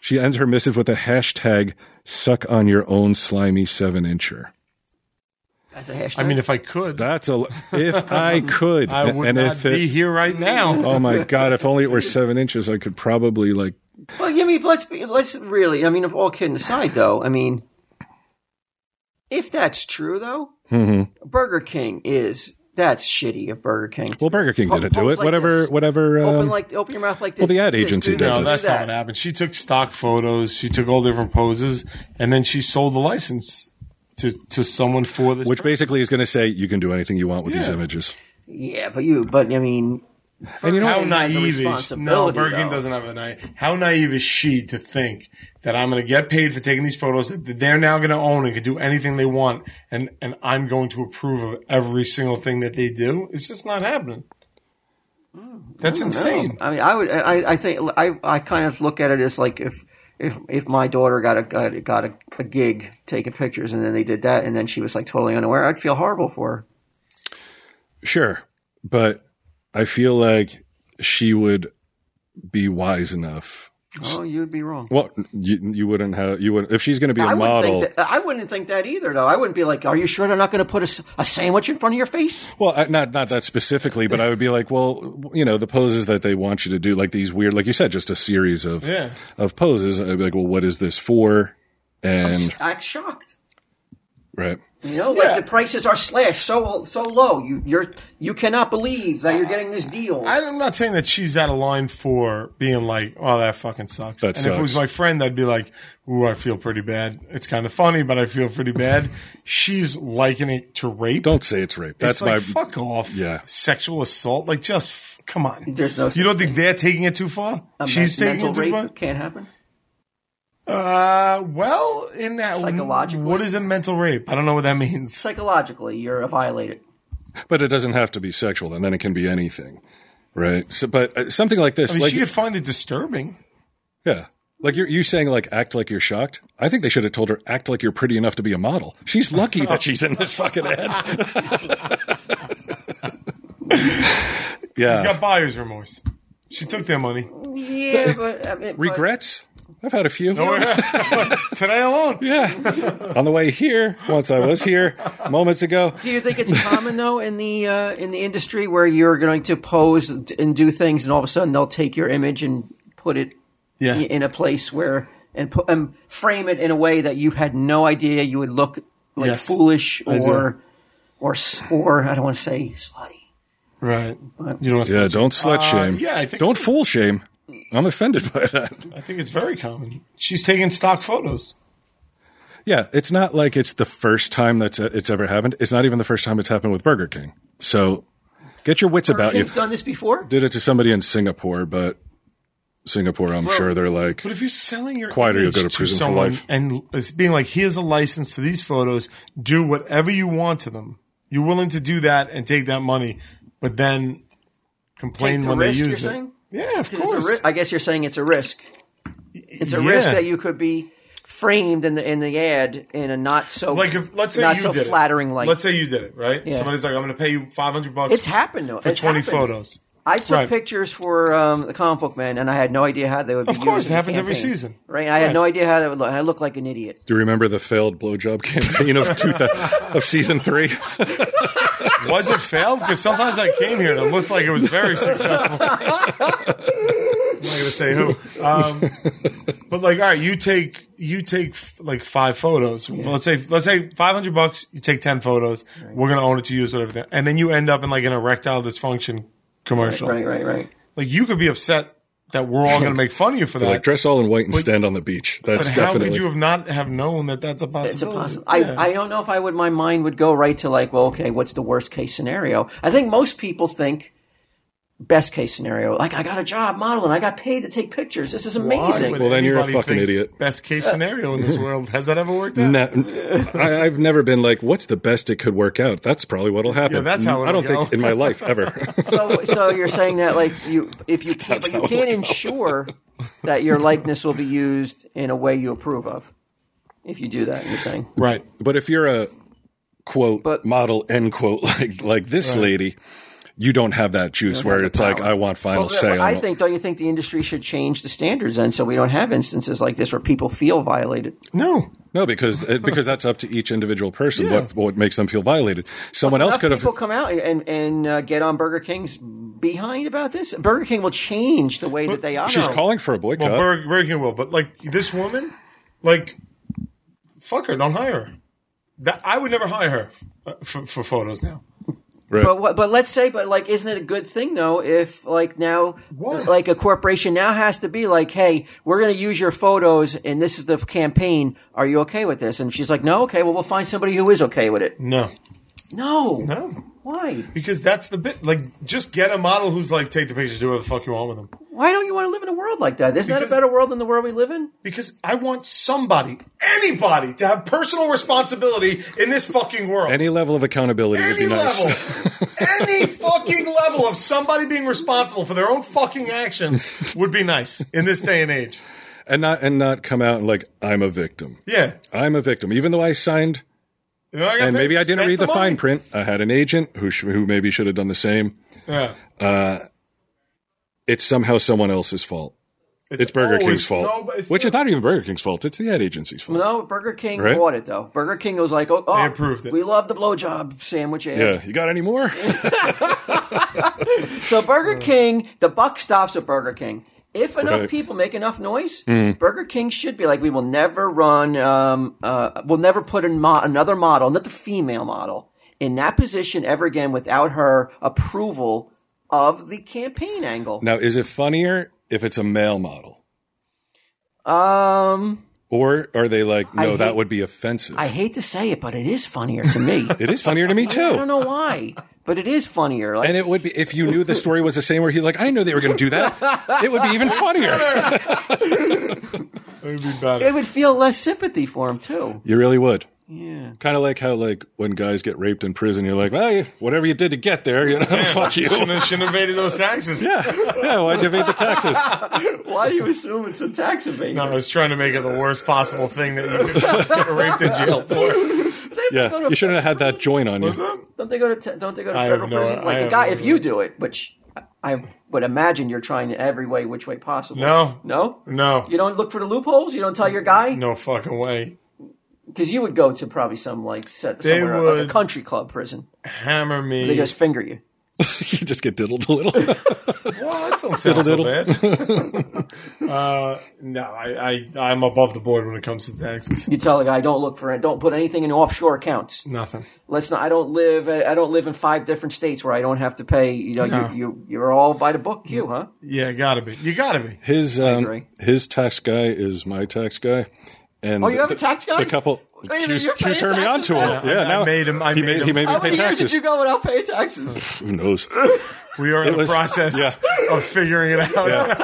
S4: She ends her missive with a hashtag suck on your own slimy seven incher.
S5: That's a hashtag.
S2: I mean, if I could,
S4: That's a. If I could,
S2: I would not
S4: if
S2: be here right now.
S4: Oh my god! If only it were seven inches, I could probably like.
S5: well, I mean, let's be, let's really. I mean, if all kidding aside, though, I mean, if that's true, though,
S4: Mm-hmm.
S5: Burger King is that's shitty of Burger King.
S4: Well, Burger King didn't do
S5: Pose
S4: it.
S5: like
S4: whatever,
S5: this.
S4: whatever.
S5: open
S4: Um,
S5: like open your mouth like this.
S4: well, the ad
S5: this,
S4: agency
S5: do
S4: does
S5: this,
S2: No,
S5: do
S4: this.
S2: that's not
S5: that.
S2: what happened. She took stock photos. She took all different poses, and then she sold the license to, to someone for this.
S4: which
S2: purpose.
S4: basically is going to say you can do anything you want with these
S2: Yeah.
S4: images.
S5: Yeah, but you, but I mean,
S4: And you know,
S2: how
S5: Bergen has a
S2: naive is no
S5: responsibility,
S2: Bergen
S5: though.
S2: doesn't have a naive. How naive is she to think that I'm going to get paid for taking these photos that they're now going to own and can do anything they want, and and I'm going to approve of every single thing that they do? It's just not happening. That's insane.
S5: Hmm. I mean, I would, I, I think, I, I kind of look at it as like if, if, if my daughter got a got, a- got a, a gig taking pictures and then they did that and then she was like totally unaware, I'd feel horrible for her.
S4: sure, but I feel like she would be wise enough.
S5: Oh, you'd be wrong.
S4: Well, you, you wouldn't have you would if she's going to be a
S5: I wouldn't,
S4: model.
S5: think that, I wouldn't think that either, though. I wouldn't be like, "Are you sure they're not going to put a, s- a sandwich in front of your face?"
S4: Well, I- not not that specifically, but I would be like, well, you know, the poses that they want you to do, like these weird, like you said, just a series of
S2: Yeah.
S4: of poses. I'd be like, well, what is this for? And
S5: I'm shocked.
S4: right,
S5: You know,
S2: Yeah.
S5: like the prices are slashed so so low. You you're you cannot believe that you're getting this deal.
S2: I'm not saying that she's out of line for being like, "Oh, that fucking sucks."
S4: That
S2: and if it was
S4: sucks.
S2: my friend, I'd be like, "Ooh, I feel pretty bad. It's kind of funny, but I feel pretty bad." she's likening it to rape.
S4: don't say it's rape.
S2: it's
S4: That's
S2: like,
S4: my
S2: fuck off.
S4: Yeah.
S2: Sexual assault. Like, just f- come on.
S5: There's no
S2: You don't think they're taking it too far?
S5: A men-
S2: She's taking
S5: mental
S2: it too
S5: rape
S2: far.
S5: can't happen.
S2: Uh, well, in that
S5: Psychologically?
S2: what is a mental rape? I don't know what that means.
S5: Psychologically, you're a violated.
S4: but it doesn't have to be sexual, and then it can be anything, right? So, but uh, something like this,
S2: I mean,
S4: like
S2: she could find it disturbing.
S4: yeah, like you're you saying like act like you're shocked. I think they should have told her act like you're pretty enough to be a model. She's lucky that she's in this fucking ad. yeah,
S2: She's got buyer's remorse. She took their money
S5: Yeah, but I mean, but-
S4: regrets. I've had a few.
S2: today alone.
S4: Yeah. On the way here, once I was here moments ago.
S5: do you think it's common though in the uh, in the industry where you're going to pose and do things, and all of a sudden they'll take your image and put it
S2: Yeah.
S5: i- in a place where and put and frame it in a way that you had no idea you would look like
S2: Yes.
S5: foolish
S2: I do.
S5: or or s- or I don't want to say slutty.
S2: Right. You know what?
S4: Yeah, don't slut shame.
S2: yeah, I think-
S4: don't fool shame. I'm offended by that.
S2: I think it's very common. She's taking stock photos.
S4: Yeah, it's not like it's the first time that's uh, it's ever happened. It's not even the first time it's happened with Burger King. So get your wits about
S5: King's
S4: you.
S5: done this before.
S4: Did it to somebody in Singapore, but Singapore, I'm sure they're like,
S2: But if you're selling your
S4: Quiet or you'll
S2: image
S4: go to prison for
S2: someone
S4: life.
S2: and it's being like, here's a license to these photos, do whatever you want to them. You're willing to do that and take that money, but then complain
S5: Take the
S2: when
S5: risk,
S2: they
S5: you're
S2: use it.
S5: saying?
S2: Yeah, of
S5: It's a
S2: course.
S5: ri- I guess you're saying it's a risk. It's a
S2: Yeah.
S5: risk that you could be framed in the in the ad in a not so
S2: like if let's say
S5: not
S2: you
S5: so
S2: did
S5: flattering
S2: it.
S5: light.
S2: Let's say you did it, right?
S5: Yeah.
S2: Somebody's like, I'm going to pay you 500 bucks
S5: it's happened though.
S2: for
S5: It's
S2: 20
S5: happened.
S2: photos.
S5: I took
S2: Right.
S5: pictures for um, the comic book man, and I had no idea how they would. Be
S2: Of course,
S5: used in
S2: it
S5: the
S2: happens every
S5: campaign,
S2: season.
S5: Right? I had no idea how that would look. I looked like an idiot.
S4: do you remember the failed blowjob campaign of, two of season three?
S2: Was it failed? Because sometimes I came here and it looked like it was very successful. I'm not going to say who, um, but like, all right, you take you take f- like five photos. Let's say let's say five hundred bucks. You take ten photos. We're going to own it to use whatever, and then you end up in like an erectile dysfunction commercial.
S5: Right, right, right.
S2: Like you could be upset that we're all going to make fun of you for that.
S4: like dress all in white and stand on the beach.
S2: but
S4: That's
S2: how
S4: definitely.
S2: could you have not have known that that's a possibility?
S5: It's a possible.
S2: Yeah.
S5: I, I don't know if I would. My mind would go right to like, well, okay, what's the worst case scenario? I think most people think best case scenario. Like, I got a job modeling. I got paid to take pictures. This is amazing.
S2: Would
S4: Well, then you're a
S2: anybody
S4: fucking
S2: think
S4: idiot.
S2: Best case scenario in this world. Has that ever worked out?
S4: No, I, I've never been like, what's the best it could work out? That's probably what'll happen.
S2: Yeah, that's how
S4: I don't
S2: it'll
S4: think
S2: go.
S4: in my life ever.
S5: so, so you're saying that like you, if you can't, but you can't ensure that your likeness will be used in a way you approve of. If you do that, you're saying.
S2: Right.
S4: But if you're a quote
S5: But-
S4: model end quote like like this lady, you don't have that juice where it's like I want final
S5: Well,
S4: say.
S5: but I
S4: on
S5: think, don't you think the industry should change the standards then so we don't have instances like this where people feel violated?
S2: No.
S4: no because it- because that's up to each individual person what what makes them feel violated. Someone else
S5: Enough
S4: could have
S5: people come out and and uh, get on Burger King's behind about this. Burger King will change the way that they honor.
S4: she's calling for a boycott.
S2: Well, Burger, Burger King will, but like this woman, like, fuck her. Don't hire her. That I would never hire her uh, for, for photos now.
S4: Right.
S5: But what- but let's say, but like, isn't it a good thing though? If like now,
S2: What?
S5: like a corporation now has to be like, hey, we're going to use your photos, and this is the campaign. Are you okay with this? And she's like, no, okay. Well, we'll find somebody who is okay with it.
S2: No,
S5: No,
S2: no,
S5: Why?
S2: because that's the bit. Like, just get a model who's like, take the pictures, do whatever the fuck you want with them.
S5: Why don't you want to live in a world like that? Isn't that
S2: Because-
S5: a better world than the world we live in?
S2: Because I want somebody, anybody, to have personal responsibility in this fucking world.
S4: Any level of accountability would
S2: any
S4: be nice.
S2: level, any fucking level of somebody being responsible for their own fucking actions would be nice in this day and age.
S4: and not and not come out and like I'm a victim.
S2: Yeah,
S4: I'm a victim, even though I signed
S2: You know, I got
S4: and maybe
S2: paid,
S4: I didn't
S2: spent
S4: read the,
S2: money.
S4: fine print. I had an agent who sh- who maybe should have done the same.
S2: Yeah,
S4: It's somehow someone else's fault. It's, Burger
S2: always-
S4: King's fault,
S2: no, but it's
S4: which
S2: not-
S4: is not even Burger King's fault. It's the ad agency's fault.
S5: No, Burger King
S4: Right.
S5: bought it though. Burger King was like, oh, oh,
S2: They approved it.
S5: We love the blowjob sandwich ad.
S4: Yeah, you got any more?
S5: So Burger King, the buck stops at Burger King. If enough
S4: Right.
S5: people make enough noise, Burger King should be like, we will never run, um, uh, we'll never put in mo- another model, another female model, in that position ever again without her approval of the campaign angle.
S4: now, is it funnier if it's a male model,
S5: Um,
S4: or are they like, no,
S5: hate-
S4: that would be offensive?
S5: I hate to say it, but it is funnier to me.
S4: it is funnier to me
S5: I don't
S4: too.
S5: know why, but it is funnier. Like,
S4: And it would be if you knew the story was the same, where he like, I know they were going to do that. It would be even funnier.
S2: It'd be better.
S5: it would feel less sympathy for him too.
S4: you really would.
S5: Yeah.
S4: Kind of like how like when guys get raped in prison, you're like, well, you- whatever you did to get there, you know, fuck you.
S2: Shouldn't have, shouldn't have evaded those taxes.
S4: Yeah, yeah. Why'd you evade the taxes?
S5: Why do you assume it's a tax evasion?
S2: No, I was trying to make it the worst possible thing that you could get raped in jail for.
S4: Yeah, you shouldn't have had that joint on you.
S5: Don't they go to te- don't they go to
S2: I have
S5: federal
S2: no-
S5: prison?
S2: I
S5: Like the
S2: have
S5: guy,
S2: no
S5: if you do it, which I- I would imagine you're trying every way, which way possible.
S2: No.
S5: no,
S2: No,
S5: You don't look for the loopholes. You don't tell your guy
S2: no fucking way.
S5: because you would go to probably some like set
S2: They
S5: somewhere like
S2: would-
S5: a country club prison.
S2: Hammer me.
S5: They just finger you.
S4: You just get diddled a little.
S2: Well, that don't sound so
S4: Diddle
S2: bad. uh, no, I, I, I'm above the board when it comes to taxes.
S5: You tell the guy, don't look for it. Don't put anything in offshore accounts.
S2: Nothing.
S5: Let's not. I don't live. I don't live in five different states where I don't have to pay. You know,
S2: No.
S5: you, you you're all by the book. You, huh?
S2: Yeah, gotta be. You gotta be.
S4: His
S5: agree.
S4: um, his tax guy is my tax guy, and
S5: Oh, you have
S4: the-
S5: a tax guy?
S4: The couple.
S5: Wait a minute,
S4: she
S5: you're
S4: she
S5: paying
S4: turned me on
S5: taxes
S4: to him.
S2: now?
S4: Yeah,
S2: I- I
S4: now
S2: made him- I
S4: he
S2: made
S4: made, he
S2: him.
S4: made me
S5: How
S4: pay
S5: many years did
S4: taxes.
S5: you go without paying taxes?
S4: Who knows?
S2: We are in
S4: It
S2: the
S4: was-
S2: process
S4: yeah.
S2: of figuring it out.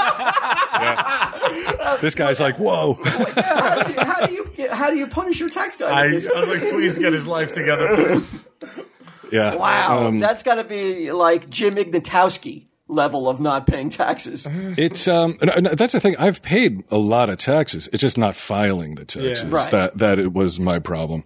S4: this guy's like, whoa.
S5: how, do you, how do you how do you punish your tax guy?
S2: I, I was like, please get his life together.
S4: Yeah.
S5: Wow,
S4: Um,
S5: that's got to be like Jim Ignatowski level of not paying taxes.
S4: It's um. and- and that's the thing. I've paid a lot of taxes. It's just not filing the taxes.
S5: Right.
S4: That that it was my problem.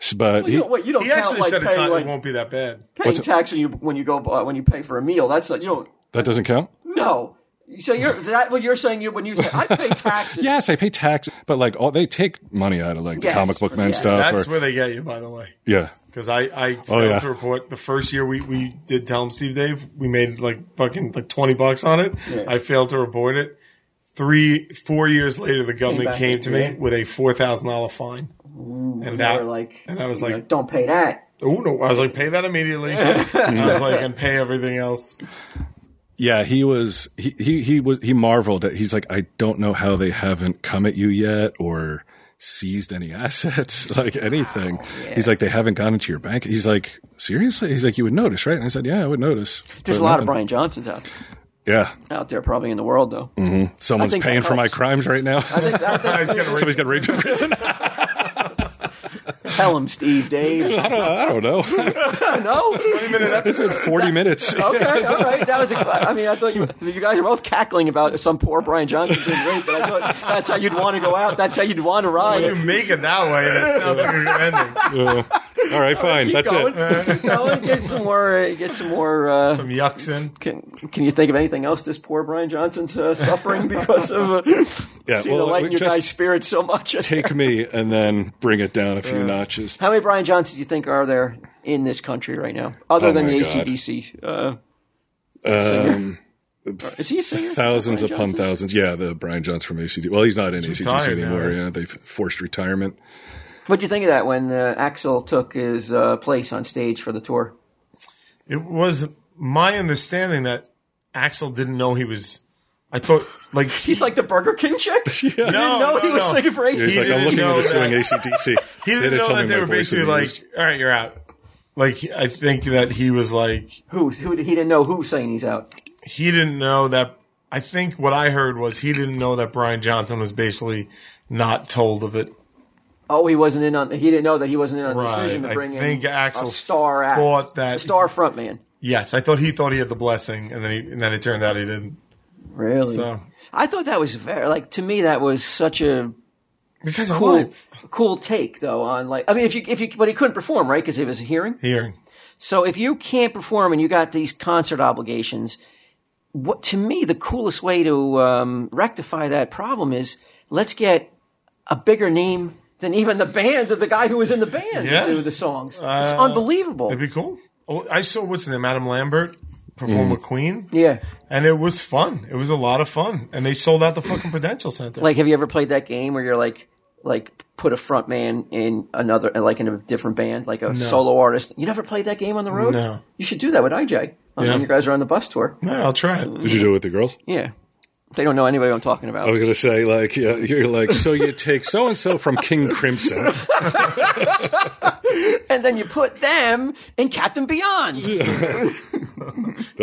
S4: S- But
S5: You
S4: he,
S5: don't, what, you don't
S2: He
S5: count
S2: actually
S5: like
S2: said it's
S5: paying,
S2: not,
S5: like,
S2: it won't be that bad.
S5: paying tax when you when you go bu- when you pay for a meal. That's not you don't
S4: that doesn't count.
S5: no. So you're is that what you're saying? You when you say I pay taxes.
S4: Yes, I pay tax, but like, oh, they take money out of like the
S5: Yes,
S4: comic book man
S5: yes.
S4: stuff.
S2: That's
S4: or-
S2: where they get you, by the way.
S4: yeah.
S2: Because I, I failed
S4: yeah.
S2: to report the first year we, we did Tell 'em Steve Dave, we made like fucking like 20 bucks on it. I failed to report it. Three, four years later, the government
S5: back
S2: came,
S5: and
S2: to
S5: did
S2: me with a $4,000 fine. and
S5: They
S2: that,
S5: were like
S2: and I was
S5: you know,
S2: like,
S5: don't pay that.
S2: oh no, I was like, pay that immediately. And I was like, and pay everything else.
S4: Yeah, he was he, he he was he marveled at he's like, I don't know how they haven't come at you yet or seized any assets, like anything. He's like, they haven't gone into your bank. He's like, seriously? He's like, you would notice, right? And I said, Yeah, I would notice.
S5: There's
S4: But
S5: a lot of
S4: nothing.
S5: Brian Johnsons out
S4: Yeah.
S5: out there probably in the world though. I
S4: Someone's
S5: think that
S4: paying for my
S5: helps.
S4: crimes right now.
S5: I think, I think,
S2: I was gonna
S4: Somebody's got raped in prison.
S5: tell him, Steve, Dave.
S4: I don't, I don't know.
S5: No,
S4: This is 40 minutes.
S5: Okay, all right. That was. A, I mean, I thought you you guys were both cackling about some poor Brian Johnson being raped. But I thought that's how you'd want to go out. That's how you'd want to ride.
S2: You make it that way, that sounds like a good ending.
S4: All right, fine.
S5: Keep
S4: That's
S5: going.
S4: it.
S5: Keep going. Get some more. uh, Get some more. Uh,
S2: Some yucks in.
S5: can Can you think of anything else? This poor Brian Johnson's uh, suffering because of uh,
S4: Yeah,
S5: seeing
S4: well,
S5: the light
S4: we
S5: in your
S4: just-
S5: guy's spirit so much.
S4: Take me and then bring it down a few notches.
S5: How many Brian Johnsons do you think are there in this country right now, other
S4: Oh
S5: than
S4: my
S5: the
S4: God.
S5: ACDC? Uh,
S4: Um,
S5: is he a singer?
S4: thousands
S5: Brian
S4: upon
S5: Johnson?
S4: thousands. Yeah, the Brian Johnson from ACD. Well, he's not in ACDC
S2: retired now,
S4: anymore.
S2: right?
S4: Yeah, they forced retirement.
S5: What do you think of that when uh, Axel took his uh, place on stage for the tour?
S2: It was my understanding that Axel didn't know he was. I thought like
S5: He's like the Burger King chick. You didn't
S2: No,
S5: know he
S2: no,
S5: was
S2: no.
S5: singing for
S4: He's
S5: ACDC.
S4: like, I'm
S2: didn't
S4: looking
S2: know
S4: into
S2: that.
S4: suing ACDC.
S2: he didn't
S4: They
S2: know
S4: told
S2: that
S4: me
S2: they
S4: my
S2: were
S4: voice
S2: basically
S4: would be
S2: like,
S4: used.
S2: all right, you're out. Like I think that he was like
S5: Who? Who? He didn't know who sang these out.
S2: he didn't know that. I think what I heard was he didn't know that Brian Johnson was basically not told of it.
S5: Oh, he wasn't in on. He didn't know that he wasn't in on the decision to
S2: I
S5: bring
S2: think
S5: in
S2: Axel
S5: a star act,
S2: thought that
S5: a star frontman.
S2: Yes, I thought he thought he had the blessing, and then he, and then it turned out he didn't.
S5: Really?
S2: So
S5: I thought that was very like to me that was such a
S2: because I'm
S5: cool
S2: alive.
S5: cool take though on like I mean if you if you but he couldn't perform right because it was a hearing.
S2: hearing,
S5: So if you can't perform and you got these concert obligations, what to me the coolest way to um, rectify that problem is let's get a bigger name than even the band of the guy who was in the band
S2: Yeah. Uh,
S5: to do the songs. it's unbelievable.
S2: it'd be cool. Oh, I saw what's his name, Adam Lambert, perform with Queen.
S5: Mm. yeah.
S2: and it was fun. It was a lot of fun, and they sold out the fucking Prudential Center.
S5: Like have you ever played that game where you're like like put a front man in another like in a different band, like a solo artist. You never played that game on the road?
S2: No.
S5: You should do that with IJ. Um,
S2: Yeah.
S5: When you guys are on the bus tour.
S2: no, I'll try
S5: Mm.
S2: it.
S4: Did you do it with the girls?
S5: Yeah. They don't know anybody I'm talking
S2: Oh,
S5: about.
S4: I was gonna say, like, yeah, you're like, so you take so and so from King Crimson.
S5: and then you put them in Captain Beyond.
S4: They're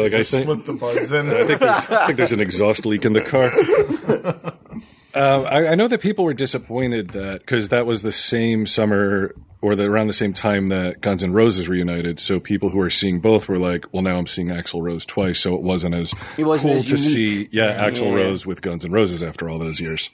S4: like, I think,
S2: Slip the buds in.
S4: I think, there's, I think there's an exhaust leak in the car. Um, I, I know that people were disappointed that because that was the same summer or the, around the same time that Guns N' Roses reunited. So people who are seeing both were like, "Well, now I'm seeing Axl Rose twice." So it wasn't as
S5: wasn't
S4: cool
S5: as
S4: to see,
S5: unique.
S4: yeah, Axl Rose with Guns N' Roses after all those years.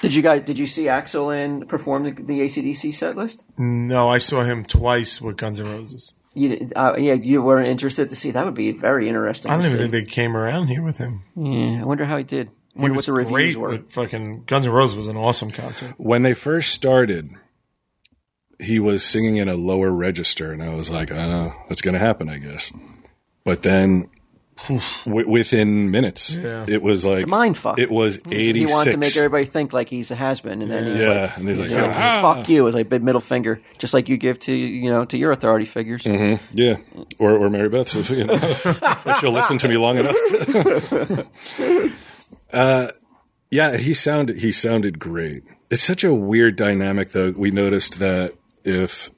S5: Did you guys? Did you see Axel and perform the, the ACDC set list?
S2: No, I saw him twice with Guns N' Roses.
S5: You didn't, uh, yeah, you weren't interested to see. That would be very interesting.
S2: I
S5: to
S2: don't even
S5: see.
S2: think they came around here with him.
S5: Yeah, I wonder how he did. I
S2: He
S5: wonder what
S2: was
S5: the reviews
S2: great
S5: were.
S2: with fucking Guns N' Roses was an awesome concert.
S4: When they first started, he was singing in a lower register, and I was like, "Oh, that's going to happen, I guess." But then. W- within minutes,
S2: Yeah.
S4: it was like
S5: Mind fuck.
S4: It was eighty
S5: He
S4: six.
S5: wants to make everybody think like he's a has been, and then he's
S4: Yeah,
S5: like,
S4: and he's like,
S5: you know,
S4: "Ah,
S5: "Fuck you!" It's like big middle finger, just like you give to you know to your authority figures.
S2: Mm-hmm.
S4: yeah, or or Mary Beth, if, you know, if she'll listen to me long enough. To, uh, yeah, he sounded he sounded great. It's such a weird dynamic, though. We noticed that if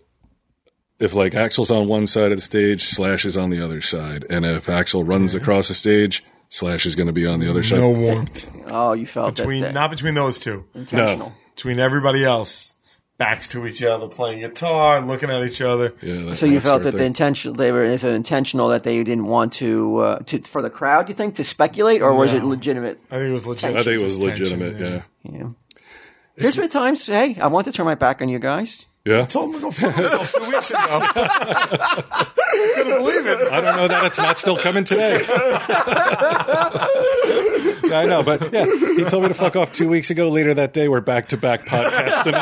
S4: if like Axel's on one side of the stage, Slash is on the other side, and if Axel runs across the stage, Slash is going to be on the other side.
S2: No warmth
S5: Oh, you felt
S2: between
S5: that, that
S2: not between those two,
S5: intentional.
S2: between everybody else, backs to each other, playing guitar, looking at each other.
S4: Yeah, that
S5: So you
S4: rocks
S5: felt that
S4: right
S5: the
S4: there.
S5: intention they were is it intentional that they didn't want to uh, to for the crowd. You think to speculate, or was it
S2: No.
S5: legitimate?
S2: I think it was legit.
S4: I think it was
S2: Just tension,
S4: legitimate. yeah.
S5: Yeah. There's been times, hey, I want to turn my back on you guys.
S4: Yeah.
S2: told him to go fuck himself two weeks ago. I couldn't believe it.
S4: I don't know that it's not still coming today. Yeah, I know, but yeah, he told me to fuck off two weeks ago. Later that day, we're back to back podcasting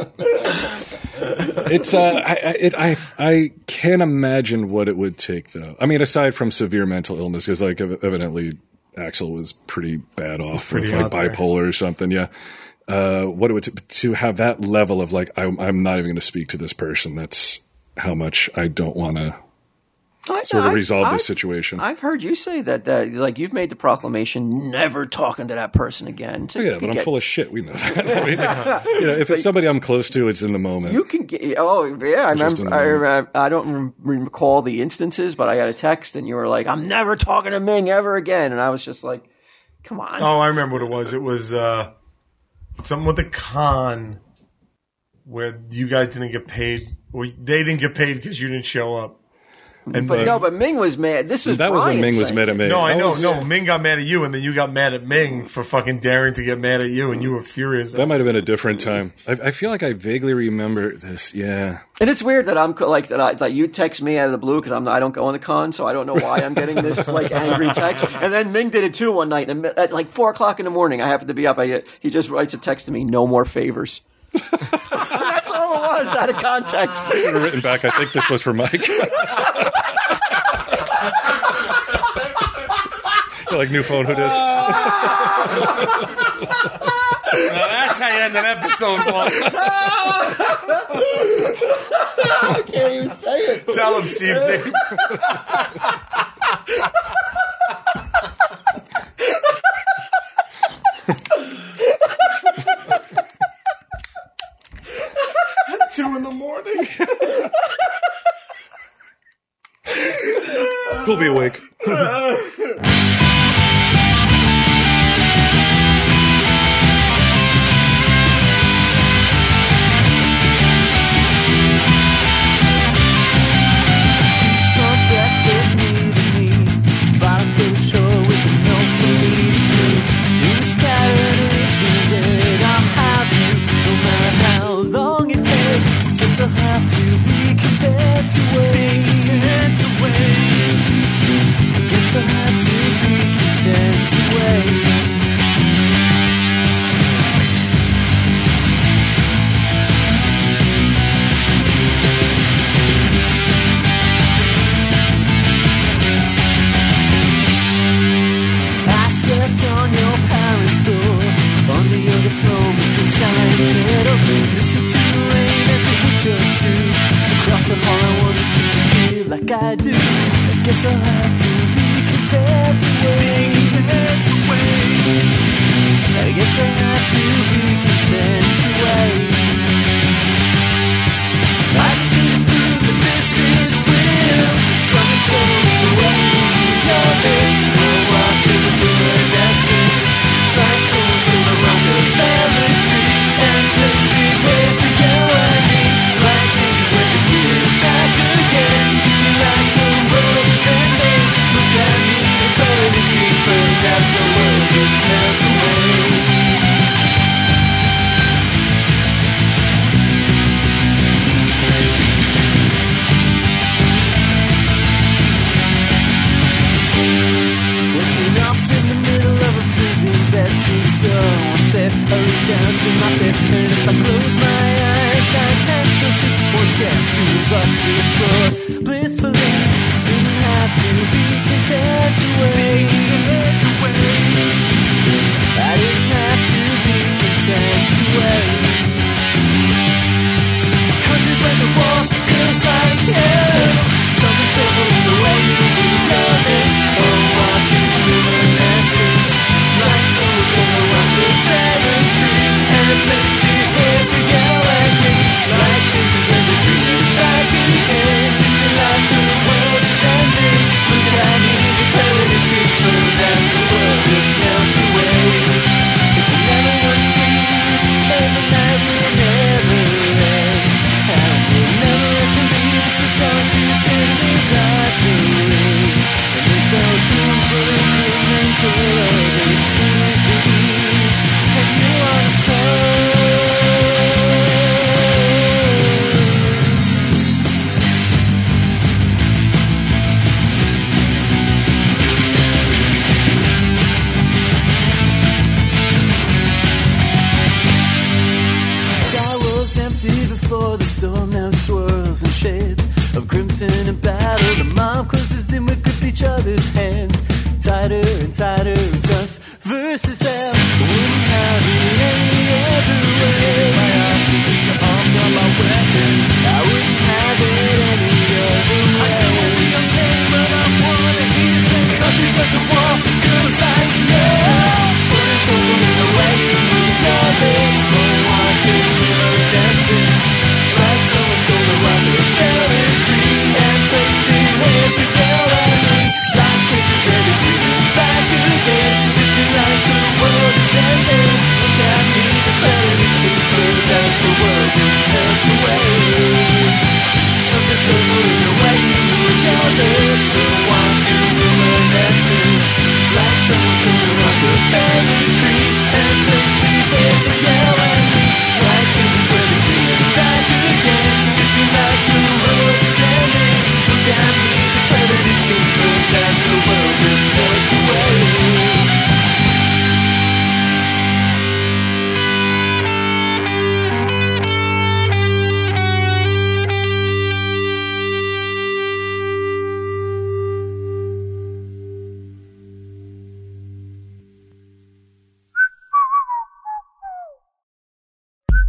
S4: and shit. it's uh, I, I- it, I I can't imagine what it would take though. I mean, aside from severe mental illness, because like ev- evidently Axel was pretty bad off, with, like
S2: out there.
S4: bipolar or something. Yeah. Uh, what it would t- to have that level of like I'm, I'm not even going to speak to this person. That's how much I don't want to
S5: I,
S4: sort of
S5: I've-
S4: resolve
S5: I've-
S4: this situation.
S5: I've heard you say that that like you've made the proclamation, never talking to that person again. So
S4: Oh, Yeah,
S5: you
S4: but
S5: can
S4: I'm
S5: get-
S4: full of shit. We know that. I mean, like, you know, if it's somebody I'm close to, it's in the moment.
S5: You can get. Oh yeah, I
S4: Just
S5: remember. I, re- I don't re- recall the instances, but I got a text and you were like, "I'm never talking to Ming ever again," and I was just like, "Come on."
S2: Oh, I remember what it was. It was uh, something with the con where you guys didn't get paid. Well, they didn't get paid because you didn't show up. And
S5: But no, but Ming was mad. This was
S4: that was when
S5: Brian
S4: Ming was
S5: saying-
S4: mad at me.
S2: no, I
S4: That
S2: know.
S4: was-
S2: no, Ming got mad at you, and then you got mad at Ming for fucking daring to get mad at you, and you were furious.
S4: That might have been a different time. I, I feel like I vaguely remember this. Yeah.
S5: And it's weird that I'm co- like that. I like you text me out of the blue because I'm not- I don't go on the con, so I don't know why I'm getting this like angry text. And then Ming did it too one night, and at like four o'clock in the morning, I happened to be up. I get he just writes a text to me, no more favors. That's all it was out of context.
S4: Should have written back. I think this was for Mike. like new phone. Who does?
S2: now that's how you end an episode, Paul.
S5: I can't even say it.
S2: Tell him, Steve. Dave. Two in the morning.
S4: We'll be awake.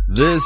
S8: This